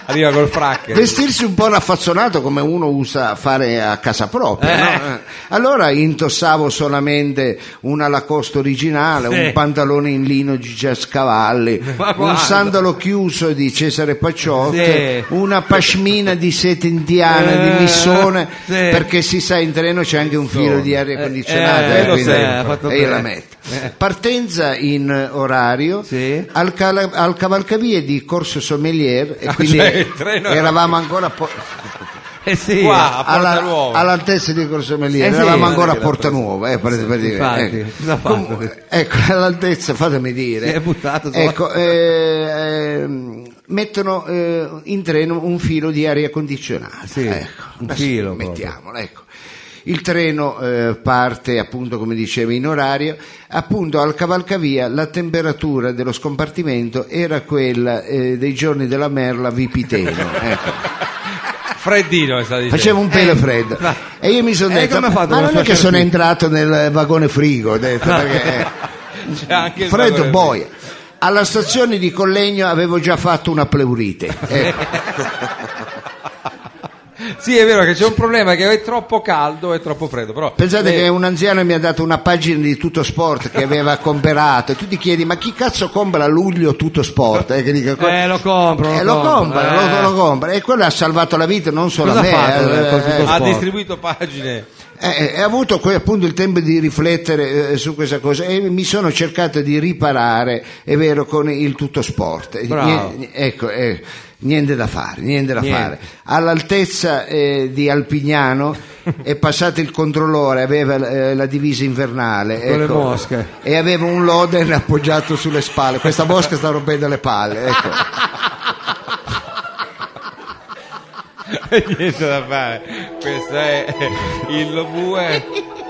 Arriva col frac. vestirsi un po' raffazzonato come uno usa fare a casa propria. no? Eh. Allora intossavo solamente una Lacoste originale, Sì. un pantalone in lino di Giascavalli, Ma un guarda. sandalo chiuso di Cesare Pacciotti, Sì. una pashmina di sete indiana Eh, di Missone, sì. perché si sa in treno c'è anche un filo di aria Eh, condizionata eh, eh, lo quindi- sai, ha fatto e io la bene. Eh. metto. Partenza in orario Sì. al, cala- al cavalcavie di Corso Sommelier e Ah, quindi cioè, il treno era- eravamo ancora po- Eh sì. Qua, a Porta alla- Nuova. all'altezza di Corso Meliere, Eh sì, eravamo non è ancora a che l'ha Porta Nuova, eh, per, per dire. infatti, ecco. cosa ha fatto? ecco, all'altezza, fatemi dire. Si è buttato su- Ecco, eh, ehm, mettono eh, in treno un filo di aria condizionata. Sì, ecco. un Adesso filo proprio. Mettiamolo, ecco. Il treno eh, parte appunto come dicevo in orario, appunto al cavalcavia la temperatura dello scompartimento era quella eh, dei giorni della merla Vipiteno. ecco. Freddino sta dicendo. Faceva un pelo freddo. fra- E io mi sono Eh, detto: come ha Ma fatto per non è che lasciare sono qui?" entrato nel vagone frigo, ho detto, perché, C'è anche eh, il freddo vagone boia. Alla stazione di Collegno avevo già fatto una pleurite. Eh. Ecco. frigo. Sì, è vero che c'è un problema che è troppo caldo e troppo freddo, però Pensate Eh, che un anziano mi ha dato una pagina di Tutto Sport che aveva comperato e tu ti chiedi ma chi cazzo compra a luglio Tutto Sport? Eh, che dico, co- Eh, lo compro. Lo eh, lo compro, compra, eh. lo, lo compra e quello ha salvato la vita non solo Cosa a ha me. fatto, eh, eh, col Tutto eh, ha sport. distribuito pagine. Eh, eh, ho avuto que- appunto il tempo di riflettere eh, su questa cosa e mi sono cercato di riparare, è vero, con il tutto sport. Eh, Bravo. nie- ecco, eh, niente da fare, niente da Niente. fare. All'altezza eh, di Alpignano è passato il controllore, aveva eh, la divisa invernale ecco, Con le mosche. e aveva un loden appoggiato sulle spalle. Questa mosca sta rompendo le palle. Ecco. Niente da fare. Questo è il Lobue.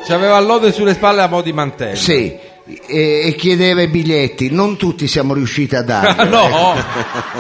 Ci aveva l'ode sulle spalle a mo' di mantello. Sì, e, e chiedeva i biglietti, non tutti siamo riusciti a darli. Ah, No,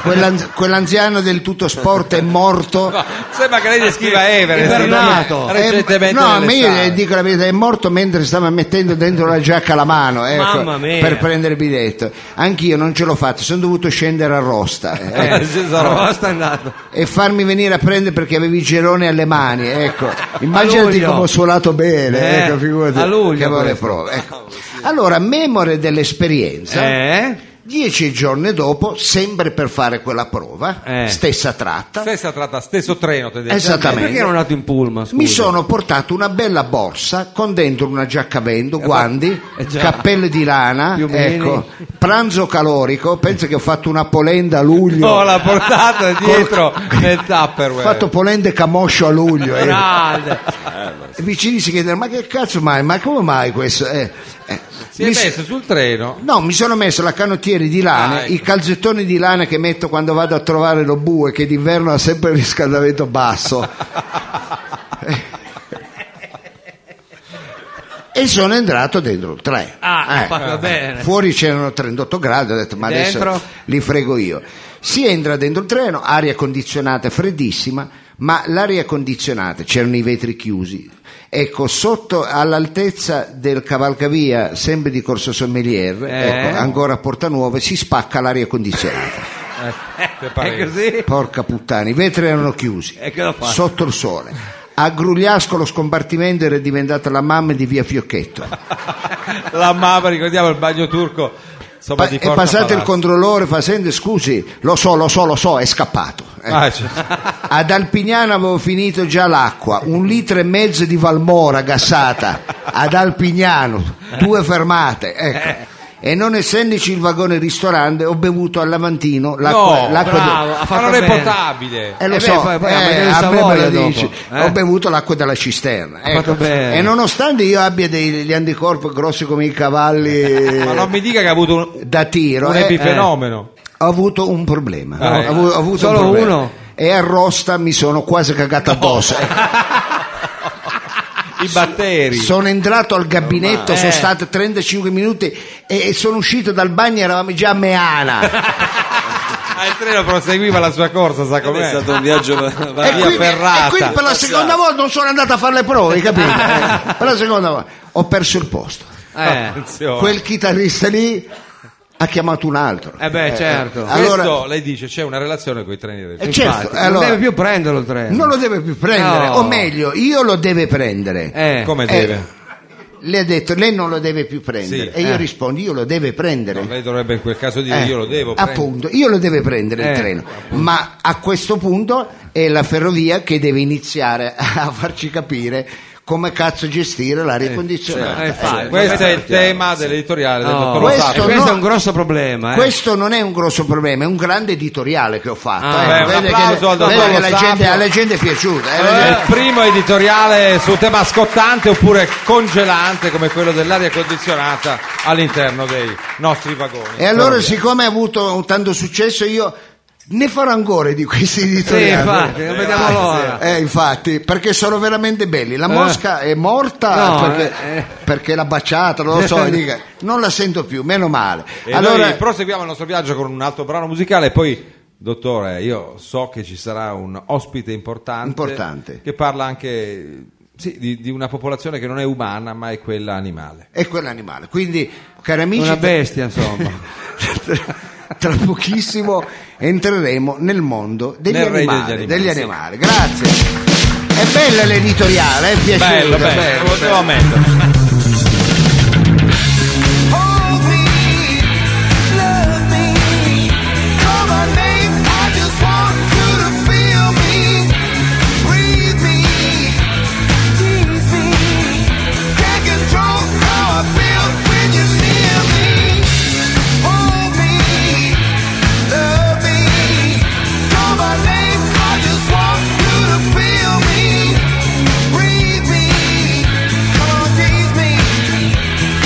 Quell'anz- quell'anziano del tutto sport è morto. no, sembra che lei descriva Everest. Ibernato. no? È- Recentemente no, nelle ma io sale. le dico la verità, è morto mentre stava mettendo dentro la giacca la mano ecco, Mamma mia. per prendere il biglietto. Anch'io non ce l'ho fatta, sono dovuto scendere a Rosta eh, Eh, sì, sarò. Però sta andando. e farmi venire a prendere perché avevi i geloni alle mani. Ecco. Immaginati luglio. come ho suonato bene, Eh, ecco, figurati, a luglio che avevo le questo. Ah, prove. ecco. Allora, memore dell'esperienza, Eh? dieci giorni dopo, sempre per fare quella prova, Eh. stessa tratta. Stessa tratta, stesso treno tendenzialmente. Esattamente. Perché ero nato in pullman? scusa? Mi sono portato una bella borsa con dentro una giacca vendo, guanti, eh già. cappelli di lana, Piumini. ecco, pranzo calorico, penso che ho fatto una polenda a luglio, Oh, No, ho Oh, l'ha portata dietro nel Tupperware. fatto polenda e camoscio a luglio. eh. Ah. Grande. I vicini si chiedono ma che cazzo mai, ma come mai questo? Eh, eh, Si è mi s- messo sul treno. No, mi sono messo la canottiere di lana, Ah, ecco. i calzettoni di lana che metto quando vado a trovare lo bue che d'inverno ha sempre il riscaldamento basso. e sono entrato dentro il treno. Ah, ha fatto bene. Fuori c'erano 38 gradi, ho detto ma adesso Dentro? li frego io. Si entra dentro il treno, aria condizionata freddissima, ma l'aria condizionata, c'erano i vetri chiusi, Ecco, sotto all'altezza del cavalcavia, sempre di Corso Sommelier, Eh. ecco, ancora a Porta Nuova, si spacca l'aria condizionata. Eh, È così? Porca puttana, i vetri erano chiusi, E che lo fa? sotto il sole. A Grugliasco lo scompartimento era diventata la mamma di via Fiocchetto. La mamma, ricordiamo il bagno turco. Insomma, Pa- di è passato il controllo controllore facendo scusi, lo so, lo so, lo so, è scappato. Eh. Ah, Ad Alpignano avevo finito già l'acqua, un litro e mezzo di Valmora gassata ad Alpignano, due fermate, Eh. ecco. E non essendoci il vagone ristorante, ho bevuto al Lavantino l'acqua, no, l'acqua di- bravo, ha ma fatto non è bene. potabile. eh, lo Eh beh, so, poi- poi eh, abbiamo il a me me lo Savoia dopo, dici. eh? Ho bevuto l'acqua dalla cisterna. Ha fatto ecco. bene. E nonostante io abbia degli anticorpi grossi come i cavalli Eh, Ma non mi dica che ha avuto un, da tiro, un eh, epifenomeno. ho avuto un problema. Ah, eh. Ho avu- ho avuto Solo un problema. uno? E a Rosta mi sono quasi cagato addosso. ecco. I batteri. Sono entrato al gabinetto, sono Eh. stato 35 minuti e, e sono uscito dal bagno, eravamo già a Meana. Ah, il treno proseguiva la sua corsa, sa com'è? È stato un viaggio va- va- e, via quindi, ferrata. e quindi per la seconda volta non sono andato a fare le prove, capito? Eh, per la seconda volta ho perso il posto. Eh, Attenzione. Quel chitarrista lì ha chiamato un altro. eh beh, certo. eh, allora- Questo, lei dice, c'è una relazione con i treni del Eh, Infatti, certo, allora- non deve più prenderlo il treno. Non lo deve più prendere, No. o meglio, io lo deve prendere. Eh. Come Eh, deve? Lei ha detto, lei non lo deve più prendere. Sì. e io Eh. rispondo, io lo deve prendere. Lei dovrebbe in quel caso dire, Eh, io lo devo prendere. appunto, io lo deve prendere il Eh, treno, ma a questo punto è la ferrovia che deve iniziare a farci capire come cazzo gestire l'aria condizionata. certo, eh, fa- Eh, Questo è il chiaro, tema dell'editoriale del No, dottor Questo questo, Osato. no. è un grosso problema. Eh. Questo non è un grosso problema, è un grande editoriale che ho fatto. Ah, eh. beh, un Vede applauso al che, vede dottor che la, Lo gente, Sapio. alla gente è piaciuta. eh, È vede- il primo editoriale su un tema scottante oppure congelante come quello dell'aria condizionata all'interno dei nostri vagoni. E allora, siccome ha avuto tanto successo, io ne farò ancora di questi eh. Sì, editoriali. infatti, non vediamo l'ora. Eh, infatti, perché sono veramente belli. La mosca è morta No, perché, eh, eh. perché l'ha baciata, non lo so, dica, non la sento più, meno male. E allora, noi proseguiamo il nostro viaggio con un altro brano musicale e poi, dottore, io so che ci sarà un ospite importante, Importante. che parla anche sì, di, di una popolazione che non è umana ma è quella animale. è quell'animale. Quindi, cari amici, Una bestia, insomma. tra pochissimo entreremo nel mondo degli, Nel regno animali, degli degli animali, sì. animali. Grazie. È bella l'editoriale, è piaciuta. Bello, bello, bello, lo bello. devo ammettere. Hold me, love me, call my name. I just want you to feel me, breathe me, tease me. Can't control how I feel when you're near me. Hold me, love me, call my name. I just want you to feel me, breathe me, come on, tease me.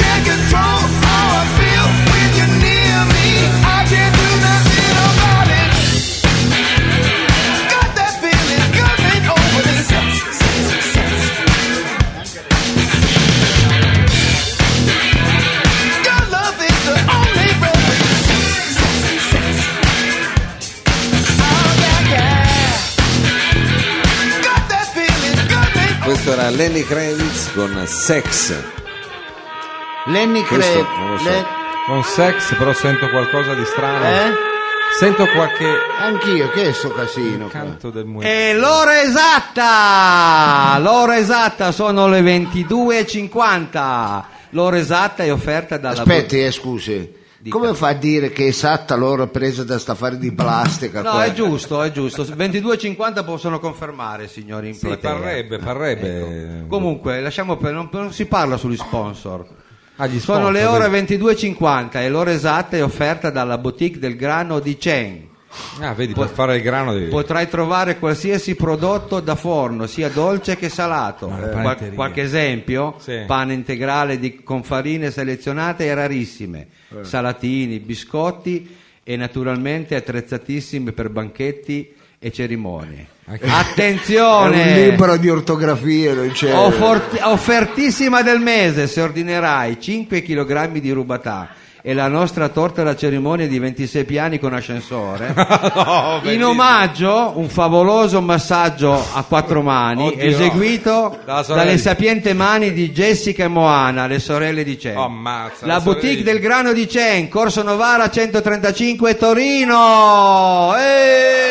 Can't control how I feel when you're near me. I can't do nothing about it. Got that feeling coming over the sex, sex, sex. Your love is the only remedy. Sex, sex, sex. Oh yeah, yeah. Got that feeling coming Questo era Lenny Kravitz con Sex. Lenny Questo Craig. non lo so. Le- Con sex però sento qualcosa di strano. Eh? Sento qualche Anch'io, che è sto casino? qua? canto del muoio. E l'ora esatta! L'ora esatta sono le 22.50. L'ora esatta è offerta dalla Aspetti, eh, scusi. Dica. Come fa a dire che è esatta l'ora presa da sta affare di plastica? No, qua? è giusto, è giusto. 22.50 possono confermare, signori in Sì, platea. parrebbe, parrebbe. Ecco. Comunque, lasciamo per- non, non si parla sugli sponsor. Ah, gli Sono sponsor, le ore 22.50 e l'ora esatta è offerta dalla boutique del grano di Chen. Ah, vedi, per fare il grano devi... Potrai trovare qualsiasi prodotto da forno, sia dolce che salato. Eh, Ma le Qual- panetterie. qualche esempio? Sì. Pane integrale di- con farine selezionate e rarissime, Eh. salatini, biscotti e naturalmente attrezzatissime per banchetti e cerimonie. È un Attenzione! libro di ortografia, non c'è. Oh, Offort- offertissima del mese se ordinerai 5 kg di rubatà e e la nostra torta alla cerimonia di 26 piani con ascensore. No, In bellissimo. omaggio un favoloso massaggio a quattro mani Oddio. eseguito Dalla sorella dalle di- sapiente mani di Jessica e Moana, le sorelle di Chen. Ammazza, la le boutique sorelle. del grano di Chen, Corso Novara 135 Torino.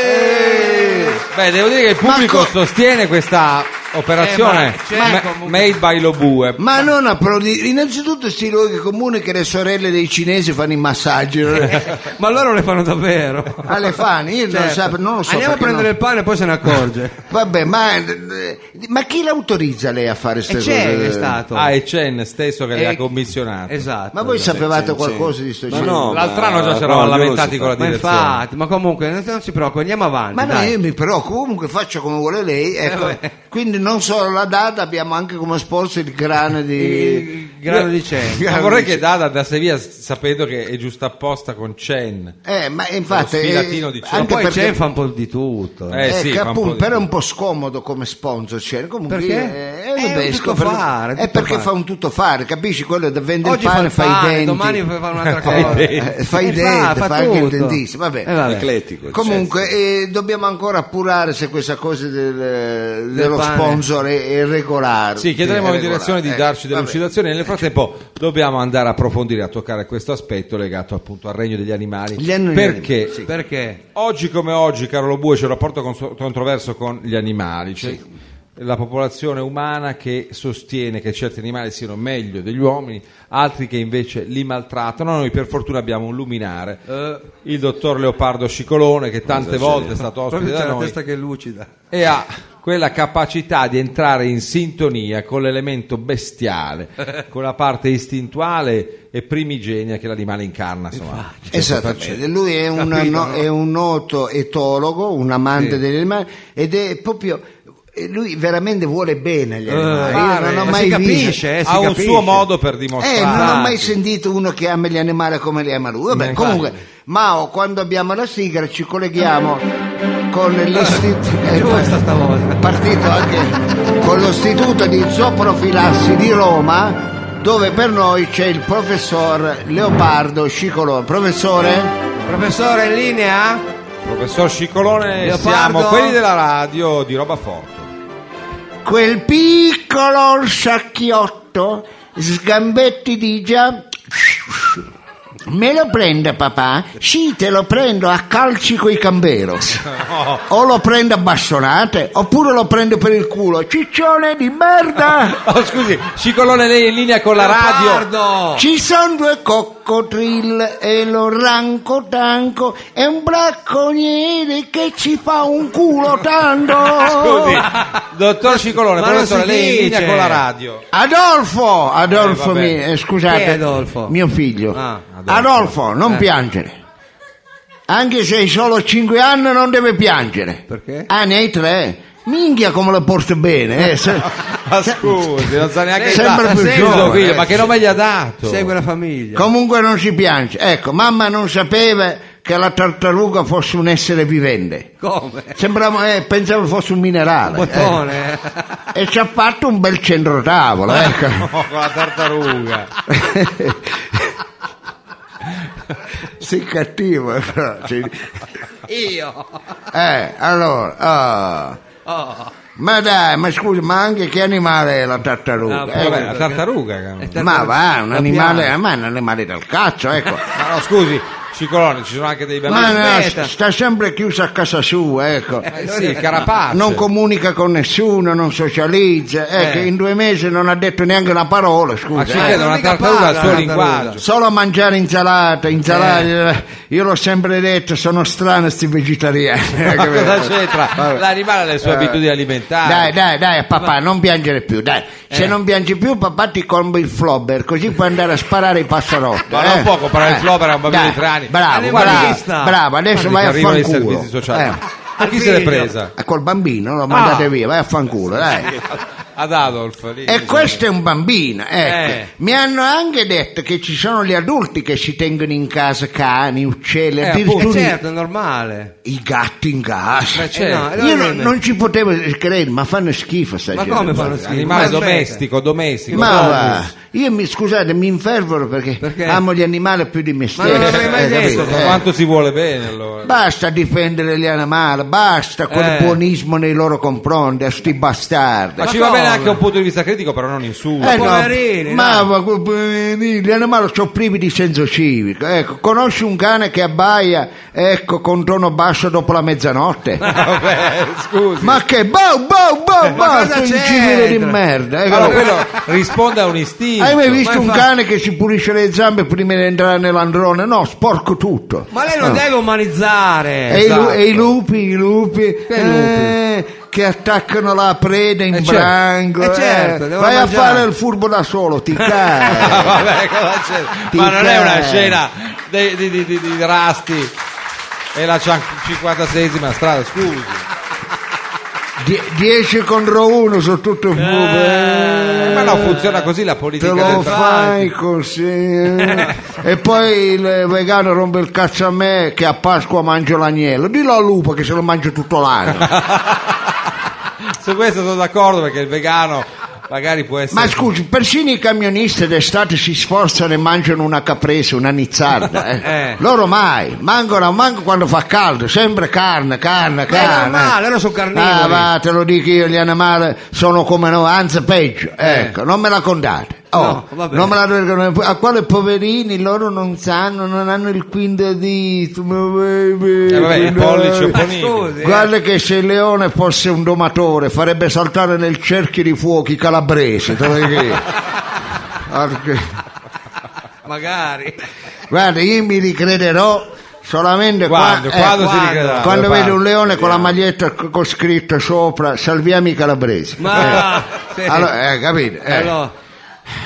Eeeh! Beh, devo dire che il pubblico co- sostiene questa operazione Eh, ma c'è ma- comunque- made by eh. Lobue. Ma non applaudire, innanzitutto sti luoghi comuni che le sorelle dei cinesi fanno i massaggi. alle Ma loro le fanno davvero. fani, io Ah, non, Certo. sap- non lo so. Andiamo a perché prendere non- il pane e poi se ne accorge. Vabbè, ma, eh, ma chi l'autorizza lei a fare e queste Eh, c'è cose? è stato. Ah, e Chen stesso che E- le ha commissionato. Esatto. Ma voi sapevate qualcosa di sto Ma genere? no. L'altro anno già Ma ci eravamo orgoglioso, lamentati con la Ma direzione. infatti, ma comunque non, non si preoccupi, andiamo avanti. Ma no, dai. Eh, io mi preoccupo, comunque faccio come vuole lei. ecco. Quindi non solo la data, abbiamo anche come sponsor il grano di... Il grado di Chen. Ma vorrei che Dada andasse via s- sapendo che è giusto apposta con Chen. Eh, ma infatti... Lo sfilatino eh, di Chen. Ma anche poi perché- Chen fa un po' di tutto. Eh, Eh, sì, che fa un po' appunto, di- però è un po' scomodo come sponsor c'è. Comunque, Perché? eh, eh, È vabbè, un scopri- tuttofare, è perché tuttofare. fa un tutto fare, capisci? Quello da vendere Oggi il pane, fa fa il i pane, denti. domani fa un'altra Fa i cosa. denti. Eh, fa i Eh, denti, fa, anche il tutto. dentista. Vabbè. Eh, vabbè. Ecco. Eclettico. Comunque eh, dobbiamo ancora appurare se questa cosa del, dello pane. sponsor è, è regolare. Sì, chiederemo È in regolare. direzione di Eh, darci delle vabbè. lucidazioni. Nel frattempo dobbiamo andare a approfondire, a toccare questo aspetto legato appunto al regno degli animali. Gli anni- Perché? sì. Perché? Oggi come oggi, caro Lobue, c'è un rapporto cons- controverso con gli animali. C'è La popolazione umana che sostiene che certi animali siano meglio degli uomini, altri che invece li maltrattano. Noi per fortuna abbiamo un luminare, Eh. il dottor Leopardo Scicolone, che tante volte è stato ospite Proprio c'è da la noi testa che è lucida. e ha quella capacità di entrare in sintonia con l'elemento bestiale, con la parte istintuale e primigenia che l'animale incarna. Insomma. Cioè, Esattamente, lui è un, no- è un noto etologo, un amante degli animali ed è proprio e lui veramente vuole bene agli animali. Io pare, non Eh, ma ho si mai visto. capisce, eh, si ha un capisce. suo modo per Cioè, Eh, non ho dimostrare. mai sentito uno che ama gli animali come li ama lui. Vabbè, Ma comunque, Mao, quando abbiamo la sigla ci colleghiamo con l'istituto. eh, È questa stavolta. partito anche con l'istituto di zooprofilassi di Roma, dove per noi c'è il professor Leopardo Scicolone. Professore? Professore in linea? Professor Scicolone, Leopardo? siamo quelli della radio di roba forte. quel piccolo sacchiotto, sgambetti di già. Me lo prende papà? Sì, te lo prendo a calci coi cambero. O lo prendo a bastonate, oppure lo prendo per il culo. Ciccione di merda! Oh, scusi, Scicolone, lei è in linea con la radio. Leopardo! Ci sono due coccodrill e lo ranco tanco e un bracconiere che ci fa un culo tanto. Scusi, dottor Scicolone, Ma non professore, si lei è in linea dice. con la radio. Adolfo, Adolfo, Eh, vabbè. mi- eh, scusate, Chi è Adolfo? mio figlio. Ah, Eh. Adolfo. non piangere. Anche se hai solo 5 anni non deve piangere. Perché? Ah, ne hai 3. Minchia come lo porti bene. eh, se- Ma scusi, non sa neanche Sembra età. più Scusi, giovane, figlio, eh. Ma che nome gli ha dato? Segue la famiglia. Comunque non si piange. Ecco, mamma non sapeva che la tartaruga fosse un essere vivente. Come? Sembrava, eh, pensavo fosse un minerale. Bottone. eh. eh. E ci ha fatto un bel centro tavola, ecco. No, con la tartaruga. Sei cattivo, eh, però. Cioè, Io. eh, allora. ah. Oh. Ma dai, ma scusa, ma anche che animale è la tartaruga? No, Eh, Vabbè, la Ah, tartaruga. cavolo. ma va, un La animale, eh, pianta. ma è un animale dal cazzo, ecco. Ma no, scusi, Cicolone, ci sono anche dei ma bambini. no, aspetta. sta sempre chiuso a casa sua, ecco. Eh sì, il carapace. Non comunica con nessuno, non socializza, ecco, in due mesi non ha detto neanche una parola, Eh. Ma ci scusa. eh. credo, non una mica tartaruga ha il parla suo la tartaruga. linguaggio. Solo a mangiare insalata, Eh. insalata, eh, io l'ho sempre detto, sono strani sti vegetariani. Ma cosa Vabbè. c'entra? L'animale ha le sue Eh. abitudini alimentari. Dai, dai, dai, papà, non piangere più, dai. Se Eh. non piangi più, papà ti colmo il flobber, così puoi andare a sparare i passarotti. Ma non eh. può comprare il flobber a un bambino Dai, di tre anni. Bravo, bravo, Animalista. bravo, adesso Guardi vai che a arrivano i fanculo. servizi sociali. Eh, Ma chi se l'è presa? eh, col bambino, lo mandate via, vai a fanculo, dai. ad Adolf. lì. E questo è un bambino, ecco. Eh. Mi hanno anche detto che ci sono gli adulti che si tengono in casa cani, uccelli, Eh, appunto, addirittura certo, è normale. i gatti in casa. Eh, certo. no, allora Io non, viene- non ci potevo credere, ma fanno schifo sta Ma gente. come fanno schifo? Animale Ma Cioè, domestico, domestico. Ma domestico. va, io mi scusate, mi infervoro perché, Perché? amo gli animali più di me stesso. non l'avrei mai eh, detto, capito? Ma Eh. Quanto si vuole bene allora? Basta difendere gli animali, basta quel Eh. buonismo nei loro confronti, a sti bastardi. Ma ci va come? bene anche un punto di vista critico, però non insulto. Eh, no, poverini, ma, no. ma que- poverini, gli animali sono privi di senso civico. Ecco, conosci un cane che abbaia ecco, con tono basso dopo la mezzanotte? Vabbè, scusi. ma che boh, bau bau bau bau, Ah, cosa tu c'entra? incivile di merda. eh, Allora, capito? quello risponde a un istinto. Hai mai visto ma un infa- cane che si pulisce le zampe prima di entrare nell'androne? No, sporco tutto. Ma lei non Ah. deve umanizzare. E, i lu- esatto. e i lupi, i lupi, Che lupi? eh, che attaccano la preda in Eh, certo. branco. Eh, certo, eh. devono Vai a mangiare. fare il furbo da solo, ti caghi. Ah, vabbè, cosa c'è? Ti Ma non è una prego. scena di, di- di- di- di Rasti e la 56esima strada, scusi. Die- 10 contro 1 su tutto il mondo eh, Ma no, funziona così la te politica lo del tra- fai così eh. e poi il vegano rompe il cazzo a me che a Pasqua mangio l'agnello dillo al lupo che se lo mangio tutto l'anno Su questo sono d'accordo perché il vegano magari può essere... ma scusi persino i camionisti d'estate si sforzano e mangiano una caprese una nizzarda eh. Eh. loro mai mangiano manco quando fa caldo sempre carne carne Ma è carne normale, loro sono carnivori. Ah, va, te lo dico io, gli animali sono come noi, anzi peggio. Ecco, non me la contate. Oh, Eh. No, vabbè. non me la dovete- a quale poverini loro non sanno, non hanno il quinto Eh, dito. ma baby, Eh, vabbè, il pollice dai. opponibile. Guarda che se il leone fosse un domatore farebbe saltare nel cerchio di fuochi calabrese. te lo dico io. Perché- Magari. Eh. Guarda, io mi ricrederò solamente Quando, qua- eh, quando si quando- ricrederà? quando Leopardo? vedo un leone con la maglietta c- con scritto sopra salviamo i calabresi Ma... sì. Eh, allora, eh, capito eh. Allora,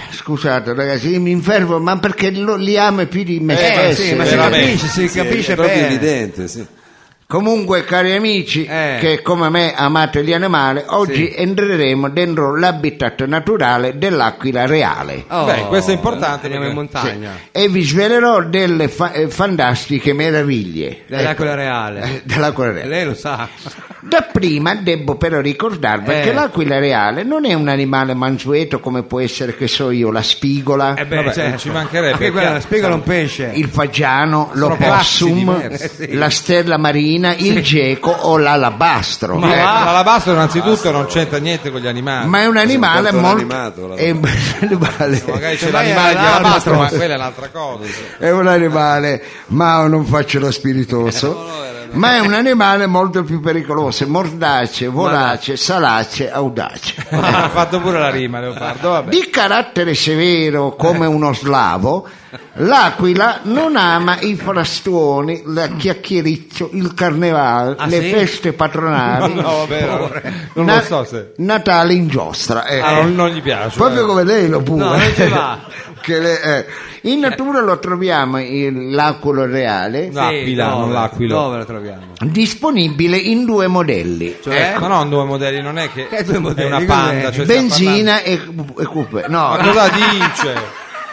scusate ragazzi io mi infermo ma perché lo- li amo più di me eh, stesso sì, ma si veramente. capisce, si Sì, capisce è proprio bene. evidente, sì. comunque cari amici Eh. che come me amate gli animali oggi entreremo dentro l'habitat naturale dell'aquila reale Oh, Beh, questo è importante Andiamo perché- in montagna. e vi svelerò delle fa- eh, fantastiche meraviglie Dell'Aquila Ecco, Reale. eh, dell'Aquila reale Lei lo sa. Dapprima devo però ricordarvi Eh. che l'aquila reale non è un animale mansueto come può essere, che so io, la spigola, Eh beh, Vabbè, certo. non ci mancherebbe, Anche chiaro, quella spiegola un pesce. il fagiano, classi l'opossum, eh, diverse, la stella marina, il geco o l'alabastro. Ma Eh, va, l'alabastro innanzitutto non c'c'entra niente con gli animali. Ma è un animale cartone molto... animato, la- è, un animale- Magari c'è Ormai è l'animale di l'alabastro. alabastro, ma quella è un'altra cosa. è un animale, ma non faccio lo Eh, spiritoso. Ma è un animale molto più pericoloso, mordace, vorace, salace, audace. ha fatto pure la rima, Leopardo. Vabbè. Di carattere severo Eh. come uno slavo, l'aquila non ama i frastuoni, la chiacchiericcio, il carnevale, Ah, le sì? feste patronali, No, vabbè, vabbè. non Na- lo so se... Natale in giostra. eh. Ah, non, non gli piace. Proprio eh. come lei lo pure. No, non ci va. Che le- eh. In natura lo troviamo il- l'aquilo reale, No. L'aquila, dove? non l'aquilo. Dove la troviamo? disponibile in due modelli. Cioè? Ma non ecco, due modelli, non è che Eh, due modelli, è una cos'è? panda. Cioè stiamo Benzina e, e coupé. No, parlando- Ah, Ma cosa dice?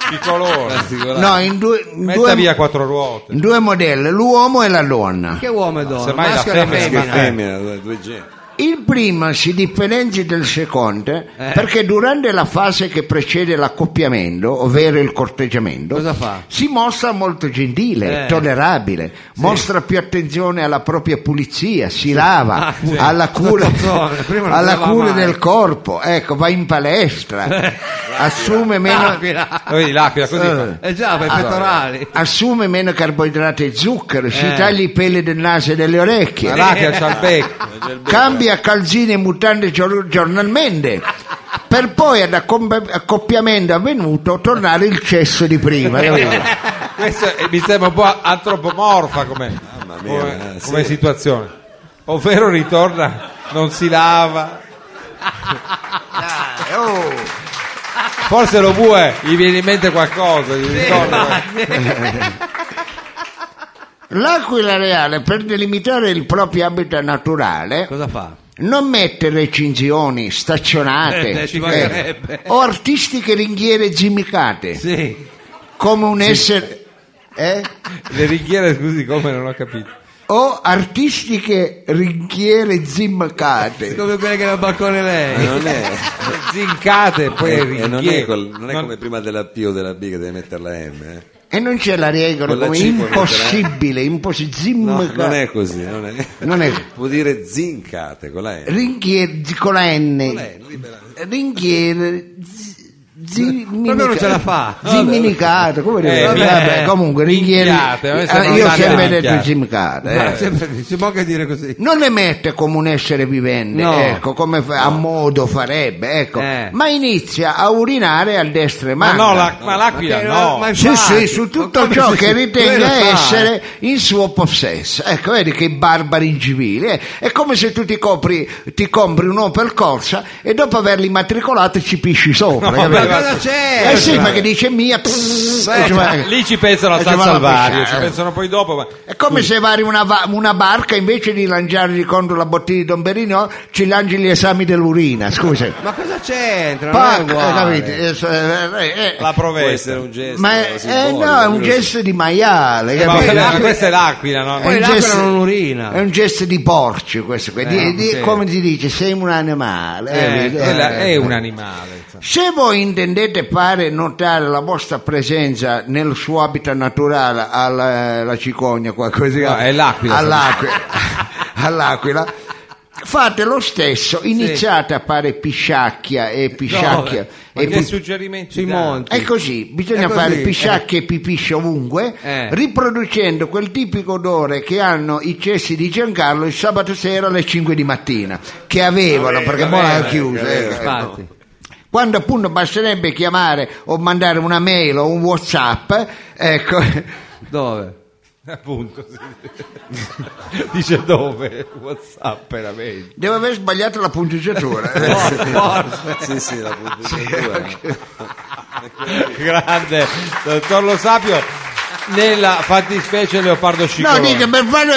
Di colore. no, in due, in Metta due- via quattro ruote. in due modelli, l'uomo e la donna. Che uomo e donna? semmai la maschio e femmina, Maschio e Eh. femmina, due- due generi. Il primo si differenzia dal secondo Eh. perché durante la fase che precede l'accoppiamento, ovvero il corteggiamento, Cosa fa? si mostra molto gentile, Eh. tollerabile, mostra più attenzione alla propria pulizia, si lava, Ah, sì. alla cura, Zozzone, prima non si alla lavava cura mai. Eh. del corpo, ecco, va in palestra, Ah, assume meno... L'aquila. Vedi l'aquila così fa. Eh già, per i pettorali. Assume meno carboidrati e zucchero, si Eh. taglia i peli del naso e delle orecchie. Ma L'aquila c'ha il becco. cambia calzini e mutande gior- giornalmente per poi ad accomp- accoppiamento avvenuto tornare il cesso di Eh, prima capito? Questo è- mi sembra un po' antropomorfa come, Mamma mia, come, eh, sì. come situazione. Ovvero ritorna, non si lava. eh, oh. Forse lo bue gli viene in mente qualcosa. Gli ritorna qualcosa. l'aquila reale per delimitare il proprio habitat naturale Cosa fa? non mette recinzioni stazionate eh, Eh, ci mancherebbe. o artistiche ringhiere gimmicate Sì. come un essere eh? Le ringhiere, scusi, come non ho capito. o artistiche ringhiere zimmicate Come quelle che era al balcone Ma lei. non è, Zincate, poi e- ringhiere. e non è, col- non è Non- come prima della P o della B che devi mettere la M. eh. e non c'è la regola Con la come C puoi impossibile impossibile No, zimmicate non è così. Non è. Non è- Eh, Può dire zincate con la M. ringhiere con la N Eh, libera- ringhiere Proprio Proprio non ce la fa. Zimminicato, come dire? Eh, Vabbè, eh, vabbè, comunque ringhiere. minchiate, a me Ah, sembra io ho una sempre minchia. detto zimminicato. Ma eh. sempre- si può che dire così. Non le mette come un essere vivente, No. ecco, come fa- a modo farebbe, ecco. Eh. Ma inizia a urinare a destra e Ma manca. no, la- ma l'aquila Eh, no. ma Sì, infatti, sì, su tutto ma come ciò si- che ritenga come lo fa? essere in suo possesso. Ecco, vedi che barbari incivili. eh. È come se tu ti, copri, ti compri un'Opel Corsa e dopo averli immatricolati ci pisci sopra. capito? Ma cosa c'è? Eh sì, perché dice mia. Eh, pss, e ci va- Eh, Lì ci pensano a e ci San vanno a Salvario, ci pisciare. pensano poi dopo, ma È Mm. come se vari una, va- una barca invece di lanciargli contro la bottiglia di Don Perignon ci lanci gli esami dell'urina. Scusa, Ma cosa c'entra? Non è Pac, uguale. capite? Eh, eh, eh, Può essere la provesta. un gesto. Ma è, eh, simbolico, no, è un quello- gesto di maiale, Eh, Ma capito? ma questa è l'aquila, no? È Eh, Poi un l'acqua gesto- non urina. È un gesto di porci questo, qui, di- Eh, di- sì. come si dice, sei un animale. eh, Eh, vedi, È, la- eh. è un animale. insomma. Se voi intendete fare notare la vostra presenza nel suo habitat naturale alla alla cicogna, qualcosa No, è l'aquila, all'aquila, all'aquila, fate lo stesso, iniziate a fare pisciacchia e pisciacchia. Ma e che pi- suggerimenti Sui dà? monti. è così, bisogna È così, fare eh. pisciacchie e pipisce ovunque, Eh. riproducendo quel tipico odore che hanno i cessi di Giancarlo il sabato sera alle 5 di mattina, che avevano, perché ora l'hanno chiuso. eh. Infatti. Quando appunto basterebbe chiamare o mandare una mail o un whatsapp, ecco, Dove? Appunto. sì. Dice dove? Whatsapp era meglio. devo aver sbagliato la punteggiatura. Sì, sì, la punteggiatura. Grande, dottor Lo Sapio, nella fattispecie Leopardo No, Scicolone. dico, per fare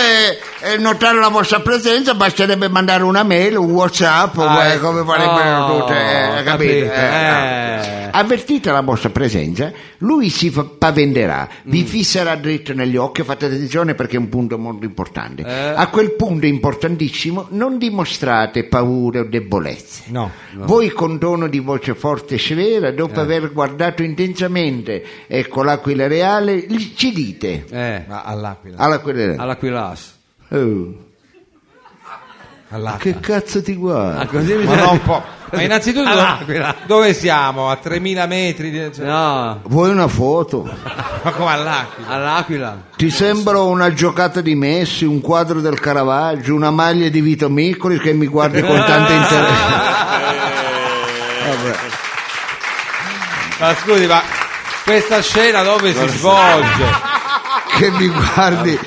eh, notare la vostra presenza basterebbe mandare una mail, un whatsapp, Ah, eh, ecco. come farebbero Oh, tutte, eh, capite? capito, Eh, eh. Avvertita la vostra presenza, lui si fa- paventerà, vi fisserà dritto negli occhi, fate attenzione perché è un punto molto importante. A quel punto importantissimo non dimostrate paure o debolezze. No. Voi con tono di voce forte e severa, dopo aver guardato intensamente, ecco l'aquila reale, gli- ci dite Eh, Ma all'aquila. all'aquila reale. all'Aquilas. Oh, All'aquila. che cazzo ti Ah, guarda? così mi Ma sa- no, un po'. Ma innanzitutto All'Aquila. dove siamo? A 3000 metri? di- cioè- No, Vuoi una foto? Ma come all'aquila? all'Aquila. Ti sembra una giocata di Messi, un quadro del Caravaggio, una maglia di Vito Miccoli che mi guardi con tanto interesse? Ma scusi, ma questa scena dove si svolge? che mi guardi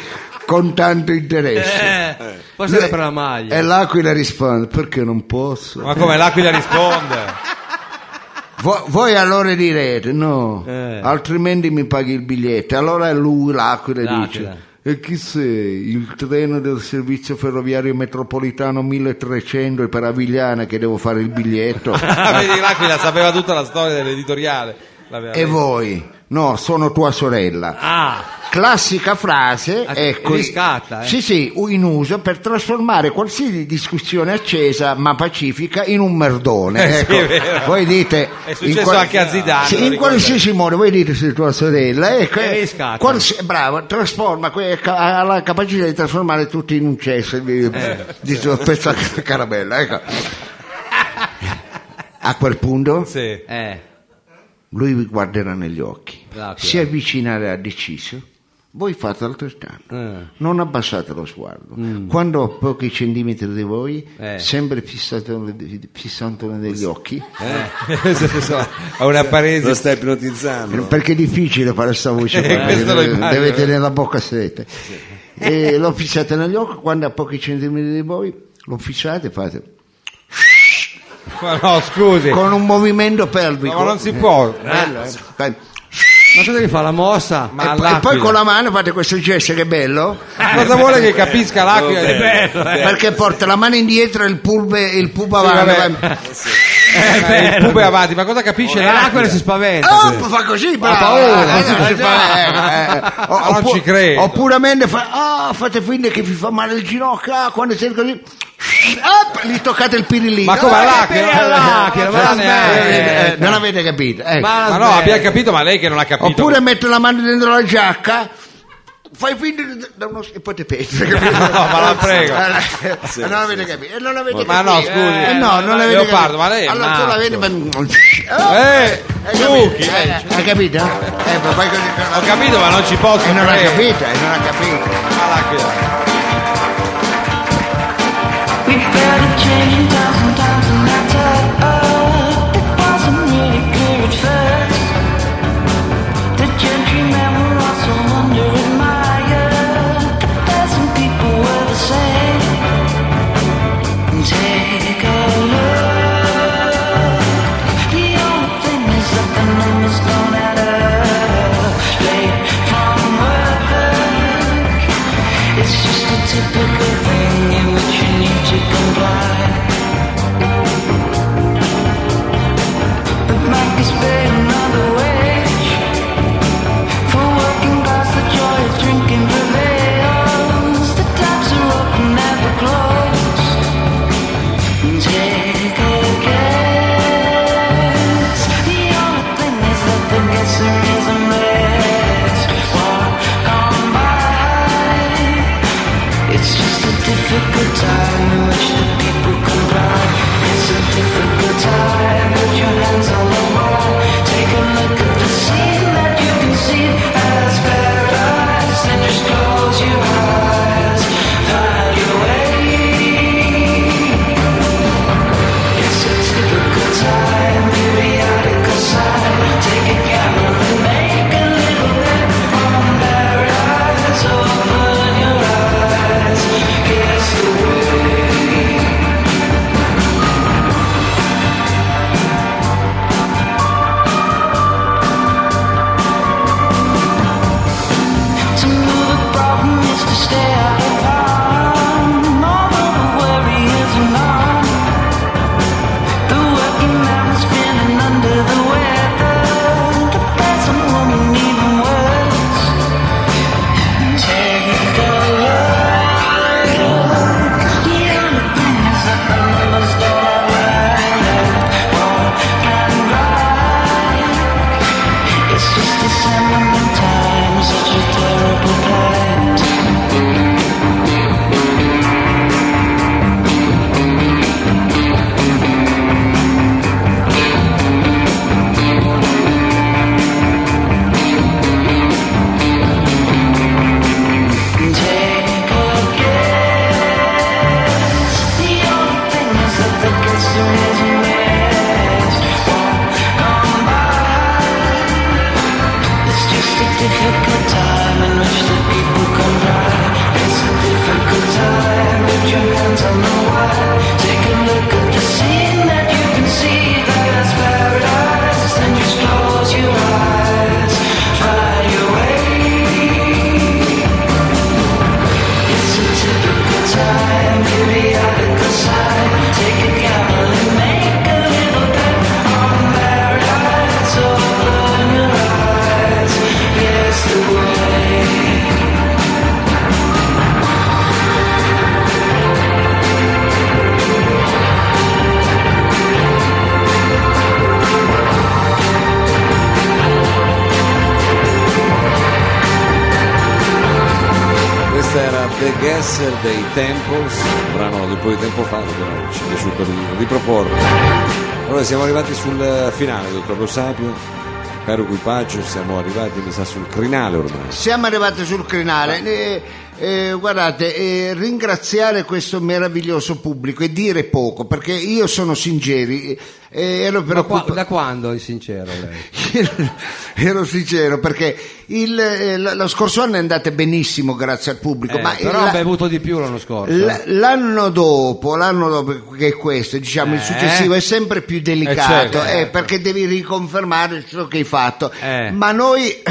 con tanto interesse? Eh, forse era per la maglia. E l'aquila risponde, perché non posso? Ma come l'aquila risponde? Vo- voi allora direte, no, Eh. altrimenti mi paghi il biglietto. Allora lui, l'aquila, L'aquila. dice... E chi sei? Il treno del servizio ferroviario metropolitano 1300 e per Avigliana che devo fare il biglietto? Ah, Vedi, l'aquila sapeva tutta la storia dell'editoriale. L'aveva E voi? No, sono tua sorella. Ah, Classica frase, Ah, ecco, riscatta, eh. sì sì, in uso per trasformare qualsiasi discussione accesa ma pacifica in un merdone. Eh, sì, ecco. è vero. voi dite, È successo anche a Zidane, Sì, lo in ricordo. qualsiasi modo, voi dite se tua sorella, ecco, E eh, riscatta. qualsi- bravo, trasforma, que- ca- ha la capacità di trasformare tutti in un cesso di, Eh. di di- pezzo a caramella. Ecco. A quel punto Sì. eh. lui vi guarderà negli occhi, Ah, L'aquila. si avvicinerà deciso, voi fate altrettanto. eh. Non abbassate lo sguardo. Mm. Quando a pochi centimetri di voi, Eh. sempre fissatone, fissatone degli occhi, Eh, A una Lo parese. stai ipnotizzando. perché è difficile fare questa voce, Eh, qua, questo lo deve, immagino. deve tenere la bocca stretta. E l'ho fissata negli occhi, quando a pochi centimetri di voi, lo fissate, fate Ma no, scusi. con un movimento pelvico. Ma Eh. non si può. Eh, Bello, eh? Fai- Ma tu devi fare la mossa. Ma e, all'aquila. e poi con la mano fate questo gesto che è bello, Eh, Eh, Cosa vuole che capisca l'aquila? È bello, eh. perché porta la mano indietro e il pulbe il pubo Sì, avanti. vabbè. va- Eh, il pupo è avanti, ma cosa capisce L'acqua l'aquila? si spaventa. Oh, fa così, bravo. paura, Eh, sì, eh, sì, eh, fa- eh, eh. Non oppu- ci credo. Oppure a me ne fa, ah, fate finta che vi fa male il ginocchio, ah, quando siete così, ah, gli toccate il pirillino. Ma come Ah, all'aquila? eh, All'aquila, ma eh, la eh, smetta. eh, Non avete capito. ecco. Ma- Ma no, abbiamo capito, ma lei che non ha capito. Oppure metto la mano dentro la giacca, fai finta di- da uno e poi ti penti. capito? No, ma la prego. Eh, non avete capito. Eh, non avete Ma no, capito. scusi. Eh, no, non avete capito. Leopardo, ma lei è Allora tu matto. la vedi, ma... Eh, Hai capito? Zucchi, Eh, eh, hai capito? Eh, ma fai così con la- ho capito, ma non ci posso E non ha credere. capito, e non ha capito. Ma l'aquila. We've better change a thousand times and that's up. It wasn't really clear at first. The gentrymen were also under admired. A thousand people were the same. Take a look. The only thing is that the numbers don't add up. Late from work. It's just a typical thing in which you need to comply. But Mike is paid another wage for working class. The joy of drinking prevails. The tabs are open, never close. Take a guess. The only thing is that the guessing is a mess. Walk on by. It's just a difficult time in which the people come by. It's a difficult time with your hands on the wall. Take a look at the scene that you can see as paradise. Then just close your eyes, hide away. It's a typical time, periodical sign. Take a camera and make a little bit on paradise. Open your eyes, guess the way. To move a problem is to stay out of harm. Although the worry is alarm. The working man is feeling under the weather. The peasant woman even worse. Take a look. The only thing is that the numbers don't align. Wrong and right. It's just the sentiment time, such a terrible plight. Take a guess. The only thing is that the guessing is a mess. Won't come by. It's just a difficult time in which the people come by. It's a difficult time with your hands on the wire. Take a look at the scene that you can see. That's paradise. Then just close your eyes, find your way. It's a typical time, periodical sign. Take a gamble and make a little bet on paradise. Open your eyes, here's the way. Questa era The Guesser dei Temples, un brano di poco tempo fa, però ci è piaciuto ri- riproporlo. Allora siamo arrivati sul eh, finale del proprio sapio, caro equipaggio, siamo arrivati mi sa sul crinale ormai. Siamo arrivati sul crinale. Eh, eh, guardate, eh, ringraziare questo meraviglioso pubblico e dire poco, perché io sono sinceri. eh, ero Ma qua- preoccupato. da quando è sincero lei? ero sincero perché il, eh, l- lo scorso anno è andate benissimo grazie al pubblico, Eh, Ecco, ma però la- ho bevuto di più l'anno scorso. l- l'anno dopo, l'anno dopo che è questo, diciamo il Eh. successivo è sempre più Eh, delicato certo. eh, perché devi riconfermare ciò che hai fatto, Eh. ma noi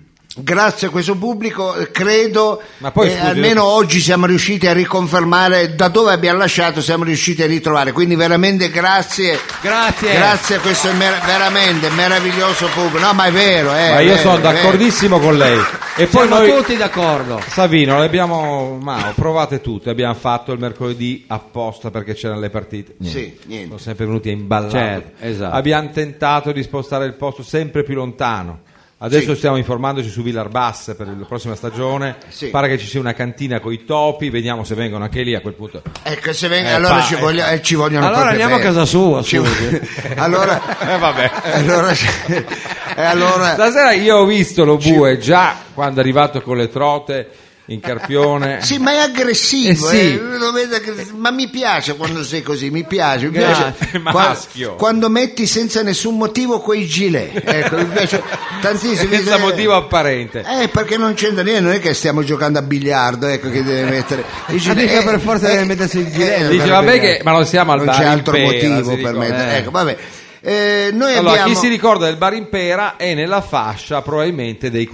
grazie a questo pubblico eh, credo Ma poi, eh, scusi, almeno oggi siamo riusciti a riconfermare da dove abbiamo lasciato siamo riusciti a ritrovare quindi veramente grazie Grazie. Grazie a questo mer- veramente meraviglioso pubblico. No, ma è vero, eh, Ma è io vero, sono è vero. d'accordissimo con lei. E poi Siamo noi, tutti d'accordo. Savino, le abbiamo ma, provate tutte. Abbiamo fatto il mercoledì apposta perché c'erano le partite. Sì, niente. Sono sempre venuti a imballare. Certo, esatto. Abbiamo tentato di spostare il posto sempre più lontano. Adesso stiamo informandoci su Villarbasse per la prossima stagione. Sì. Pare che ci sia una cantina con i topi, vediamo se vengono anche lì a quel punto. Ecco, se venga, Eh, allora fa- ci, eh, voglia- eh, ci vogliono Allora proprio andiamo a bene. casa sua, scusi. Ci- allora, Eh, vabbè. allora, e allora Stasera io ho visto lo bue già quando è arrivato con le trote in carpione. sì, ma è aggressivo, Eh, sì. eh, lo vedo aggressivo. ma mi piace quando sei così, mi piace, mi piace. Grazie, Qua- maschio. quando metti senza nessun motivo quei gilet, ecco, mi piace tantissimo. Eh, mi senza sa- motivo apparente. Eh, perché non c'entra niente, non è che stiamo giocando a biliardo, ecco che deve mettere. eh, Ah, mica per forza deve mettersi il gilet. Dice, per- vabbè che- ma non siamo al eh, non bar c'è in altro pera, motivo per si ricorda. mettere. Eh. Ecco, vabbè. Eh, noi Allora, abbiamo... chi si ricorda del bar in pera è nella fascia probabilmente dei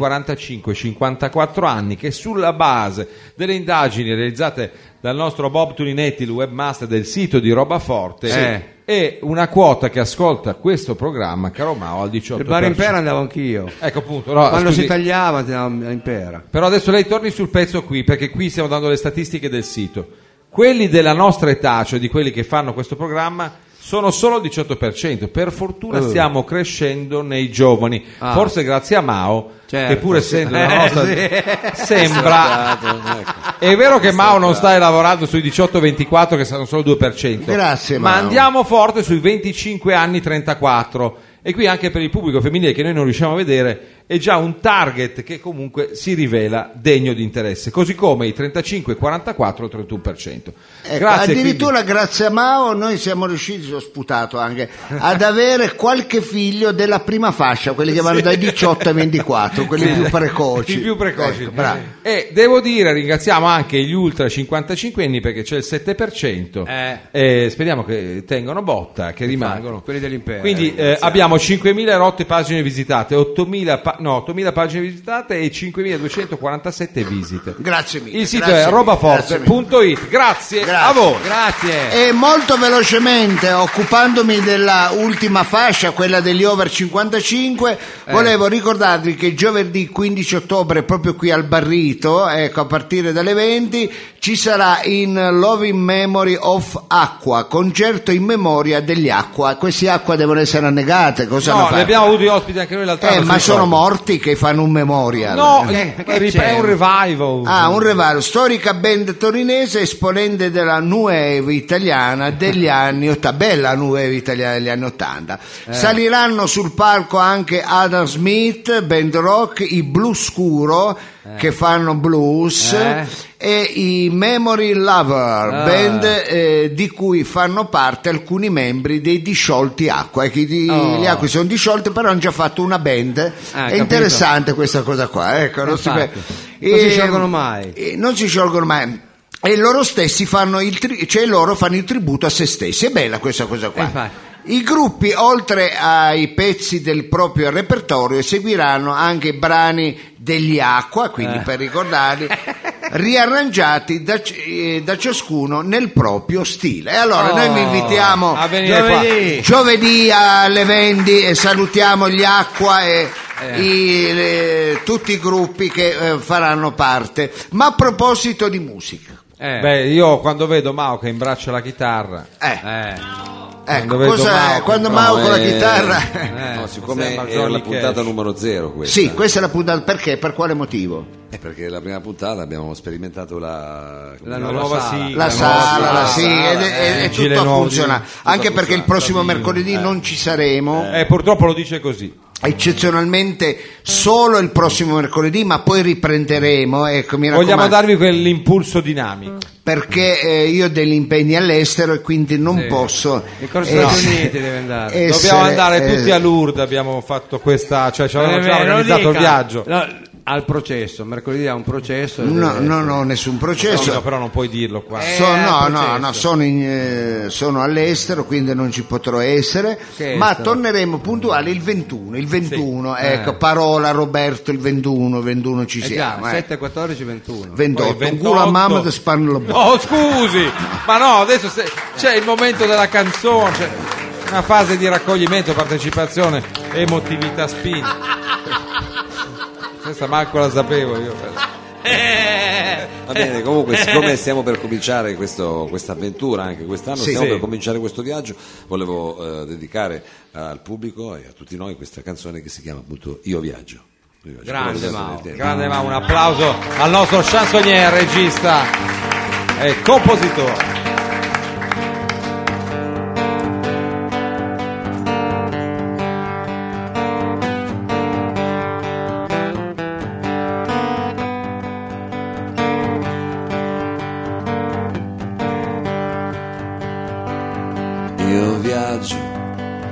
45-54 anni che sulla base delle indagini realizzate dal nostro Bob Tuninetti, il webmaster del sito di Roba Forte, Sì. è una quota che ascolta questo programma, caro Mao, al 18%. Il bar in pera andavo anch'io. Ecco appunto, no, Quando scusi, si tagliava andavamo in pera. Però adesso lei torni sul pezzo qui, perché qui stiamo dando le statistiche del sito. Quelli della nostra età, cioè di quelli che fanno questo programma, sono solo il 18%. Per fortuna Eh. stiamo crescendo nei giovani. Ah. Forse grazie a Mao, Certo. che pur essendo la Eh, nostra... sì. Sembra... È vero che Mao non stai lavorando sui 18-24 che saranno solo il 2%. Grazie, Ma Mao. andiamo forte sui 25 anni 34. E qui anche per il pubblico femminile che noi non riusciamo a vedere è già un target che comunque si rivela degno di interesse, così come i 35, 44, 31%. Ecco, Grazie. addirittura grazie a Mao noi siamo riusciti, ho sputato anche, ad avere qualche figlio della prima fascia, quelli che vanno dai 18 ai 24, quelli più precoci. quindi, i più precoci. Ecco, bravo. e devo dire, ringraziamo anche gli ultra 55 anni perché c'è il 7%. E speriamo che tengano botta, che rimangono. quelli dell'impero. Quindi eh, abbiamo 5.000 rotte pagine visitate, 8.000, pa- no, 8.000 pagine visitate e 5.247 visite. Grazie mille. Il sito grazie è mille, grazie mille. robaforte.it. Grazie, a Grazie. voi. Grazie. E molto velocemente, occupandomi della ultima fascia, quella degli over 55, Eh. volevo ricordarvi che giovedì 15 ottobre, proprio qui al Barrito, ecco, a partire dalle 20, ci sarà in Love in Memory of Acqua, concerto in memoria degli acqua. Questi acqua devono essere annegate, cosa hanno No, fatto? ne abbiamo avuto ospiti anche noi l'altra Eh, volta. ma sono morti che fanno un memoria. No, Che- eh, che rip- c'è? è un revival. certo. Ah, un revaro, storica band torinese, esponente della nueva italiana degli anni 80, bella nueva italiana degli anni 80. Eh. Saliranno sul palco anche Adam Smith, band rock, i Blu Scuro, che fanno blues, Eh. e i Memory Lover, Ah. band eh, di cui fanno parte alcuni membri dei Disciolti Acqua. E chi di- Oh. Ah, Gli Acqua sono disciolti, però hanno già fatto una band. È capito. interessante questa cosa qua, ecco, non si Infatti. pe- Non si Ehm, sciolgono mai. eh, non si sciolgono mai e loro stessi fanno il, tri- cioè loro fanno il tributo a se stessi è bella questa cosa qua Eh, infatti. i gruppi oltre ai pezzi del proprio repertorio seguiranno anche i brani degli acqua Eh. quindi per ricordarli riarrangiati da, c- eh, da ciascuno nel proprio stile e allora noi Oh. vi invitiamo a venire qua. giovedì, giovedì alle 20 e salutiamo gli acqua e Eh. i- le- tutti i gruppi che eh, faranno parte ma a proposito di musica Eh. Beh, io quando vedo Mao che imbraccia la chitarra, eh, Eh. ecco, vedo cosa- Mao che- quando No, Mao con la eh, chitarra no, Eh, siccome sembra era la Johnny puntata Cash. numero zero questa. Sì, questa è la puntata. Perché? Per quale motivo? Perché la prima puntata abbiamo sperimentato la, come La dire, la nuova nuova sala. sigla, La sala, la sala, sì, ed è- eh, è- è gile tutto nuovi, funziona. tutto Anche perché funziona, il prossimo mercoledì non ci saremo. Eh, purtroppo lo dice così. eccezionalmente solo il prossimo mercoledì, ma poi riprenderemo. Ecco, mi Vogliamo raccomando, darvi quell'impulso dinamico. perché eh, io ho degli impegni all'estero e quindi non posso. Il corso eh, degli sì, Uniti deve andare. eh, Dobbiamo essere, andare eh, tutti a Lourdes, abbiamo fatto questa, cioè ci avevano già Eh, lo organizzato il dica. viaggio. No, al processo, mercoledì ha un processo. No, Deve- no, no, nessun No, processo. però non puoi dirlo qua. Eh, So- no, al no, processo. no, sono, in, eh, sono all'estero, quindi non ci potrò essere, Certo. ma torneremo puntuali il 21, il 21, ecco, parola Roberto il 21, 21 ci Eh già, siamo, eh. 7, 14, 21. 28, Poi un culo a mamma 28. di spanno Oh, scusi, ma no, adesso se- c'è il momento della canzone, c'è una fase di raccoglimento, partecipazione, emotività spinta. Questa manco la sapevo io. Eh, Va bene, comunque, siccome stiamo per cominciare questo- questa avventura anche quest'anno, Sì. stiamo Sì. per cominciare questo viaggio, volevo eh, dedicare al pubblico e a tutti noi questa canzone che si chiama appunto Io viaggio. Io viaggio. Grande Quello che Mao, è stato nel tempo. Grande ma un applauso al nostro chansonnier, regista e compositore. Io viaggio